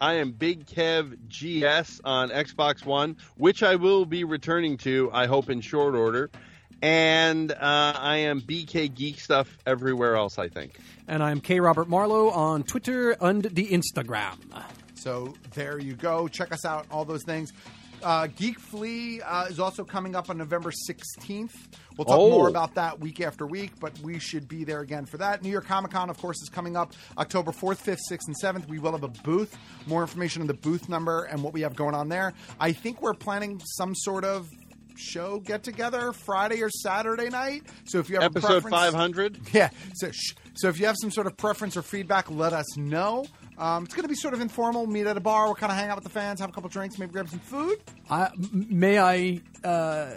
M: I am Big Kev GS on Xbox One, which I will be returning to, I hope, in short order. And uh, I am BK Geek Stuff everywhere else, I think.
L: And I'm K. Robert Marlowe on Twitter and the Instagram.
E: So there you go. Check us out, all those things. Uh, Geek Flea uh, is also coming up on November 16th. We'll talk
M: Oh.
E: more about that week after week, but we should be there again for that. New York Comic Con, of course, is coming up October 4th, 5th, 6th, and 7th. We will have a booth. More information on the booth number and what we have going on there. I think we're planning some sort of show get together Friday or Saturday night. So if you have a
M: Episode
E: preference-
M: 500?
E: yeah. So, shh. so if you have some sort of preference or feedback, let us know. Um, it's going to be sort of informal. Meet at a bar. We'll kind of hang out with the fans, have a couple drinks, maybe grab some food.
L: I, may I? Uh,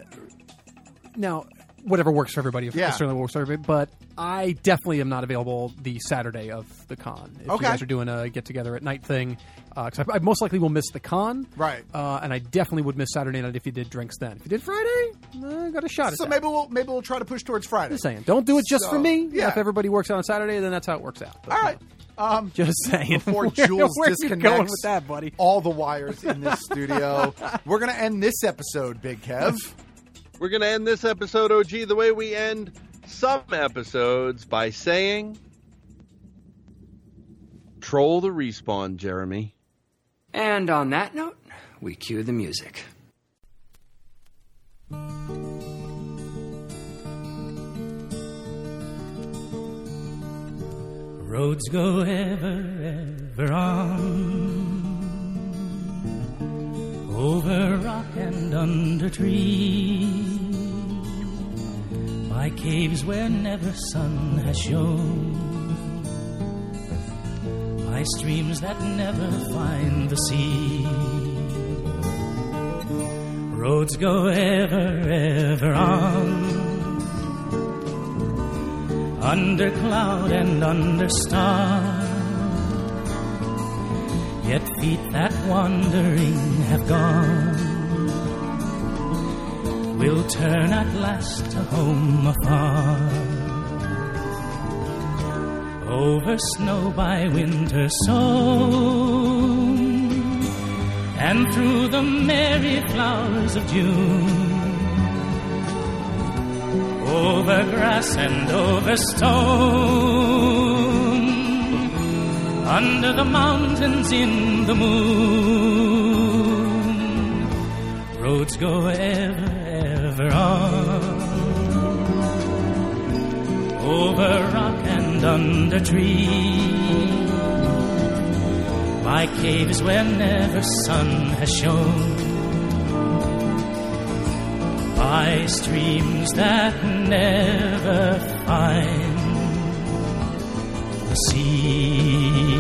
L: now, whatever works for everybody.
E: Yeah.
L: It certainly works for everybody. But I definitely am not available the Saturday of the con. If
E: Okay.
L: you guys are doing a get together at night thing, because I, I most likely will miss the con.
E: Right.
L: Uh, and I definitely would miss Saturday night if you did drinks then. If you did Friday, uh, got a shot.
E: So
L: at that.
E: maybe we'll maybe we'll try to push towards Friday.
L: Just saying, don't do it just
E: So,
L: for me.
E: Yeah.
L: If everybody works out on Saturday, then that's how it works out. But,
E: All right. Um,
L: Just saying.
E: Before
L: Where-
E: Jules
L: where you
E: disconnects
L: going with that, buddy?
E: all the wires in this studio. We're going to end this episode, Big Kev.
M: We're going to end this episode, OG, the way we end some episodes by saying Troll the respawn, Jeremy.
Q: And on that note, we cue the music.
R: Roads go ever, ever on Over rock and under tree By caves where never sun has shone By streams that never find the sea Roads go ever, ever on under cloud and under star. Yet feet that wandering have gone will turn at last to home afar. Over snow by winter sown, and through the merry flowers of June over grass and over stone, under the mountains in the moon. Roads go ever, ever on, over rock and under tree, by caves where never sun has shone by streams that never find the sea.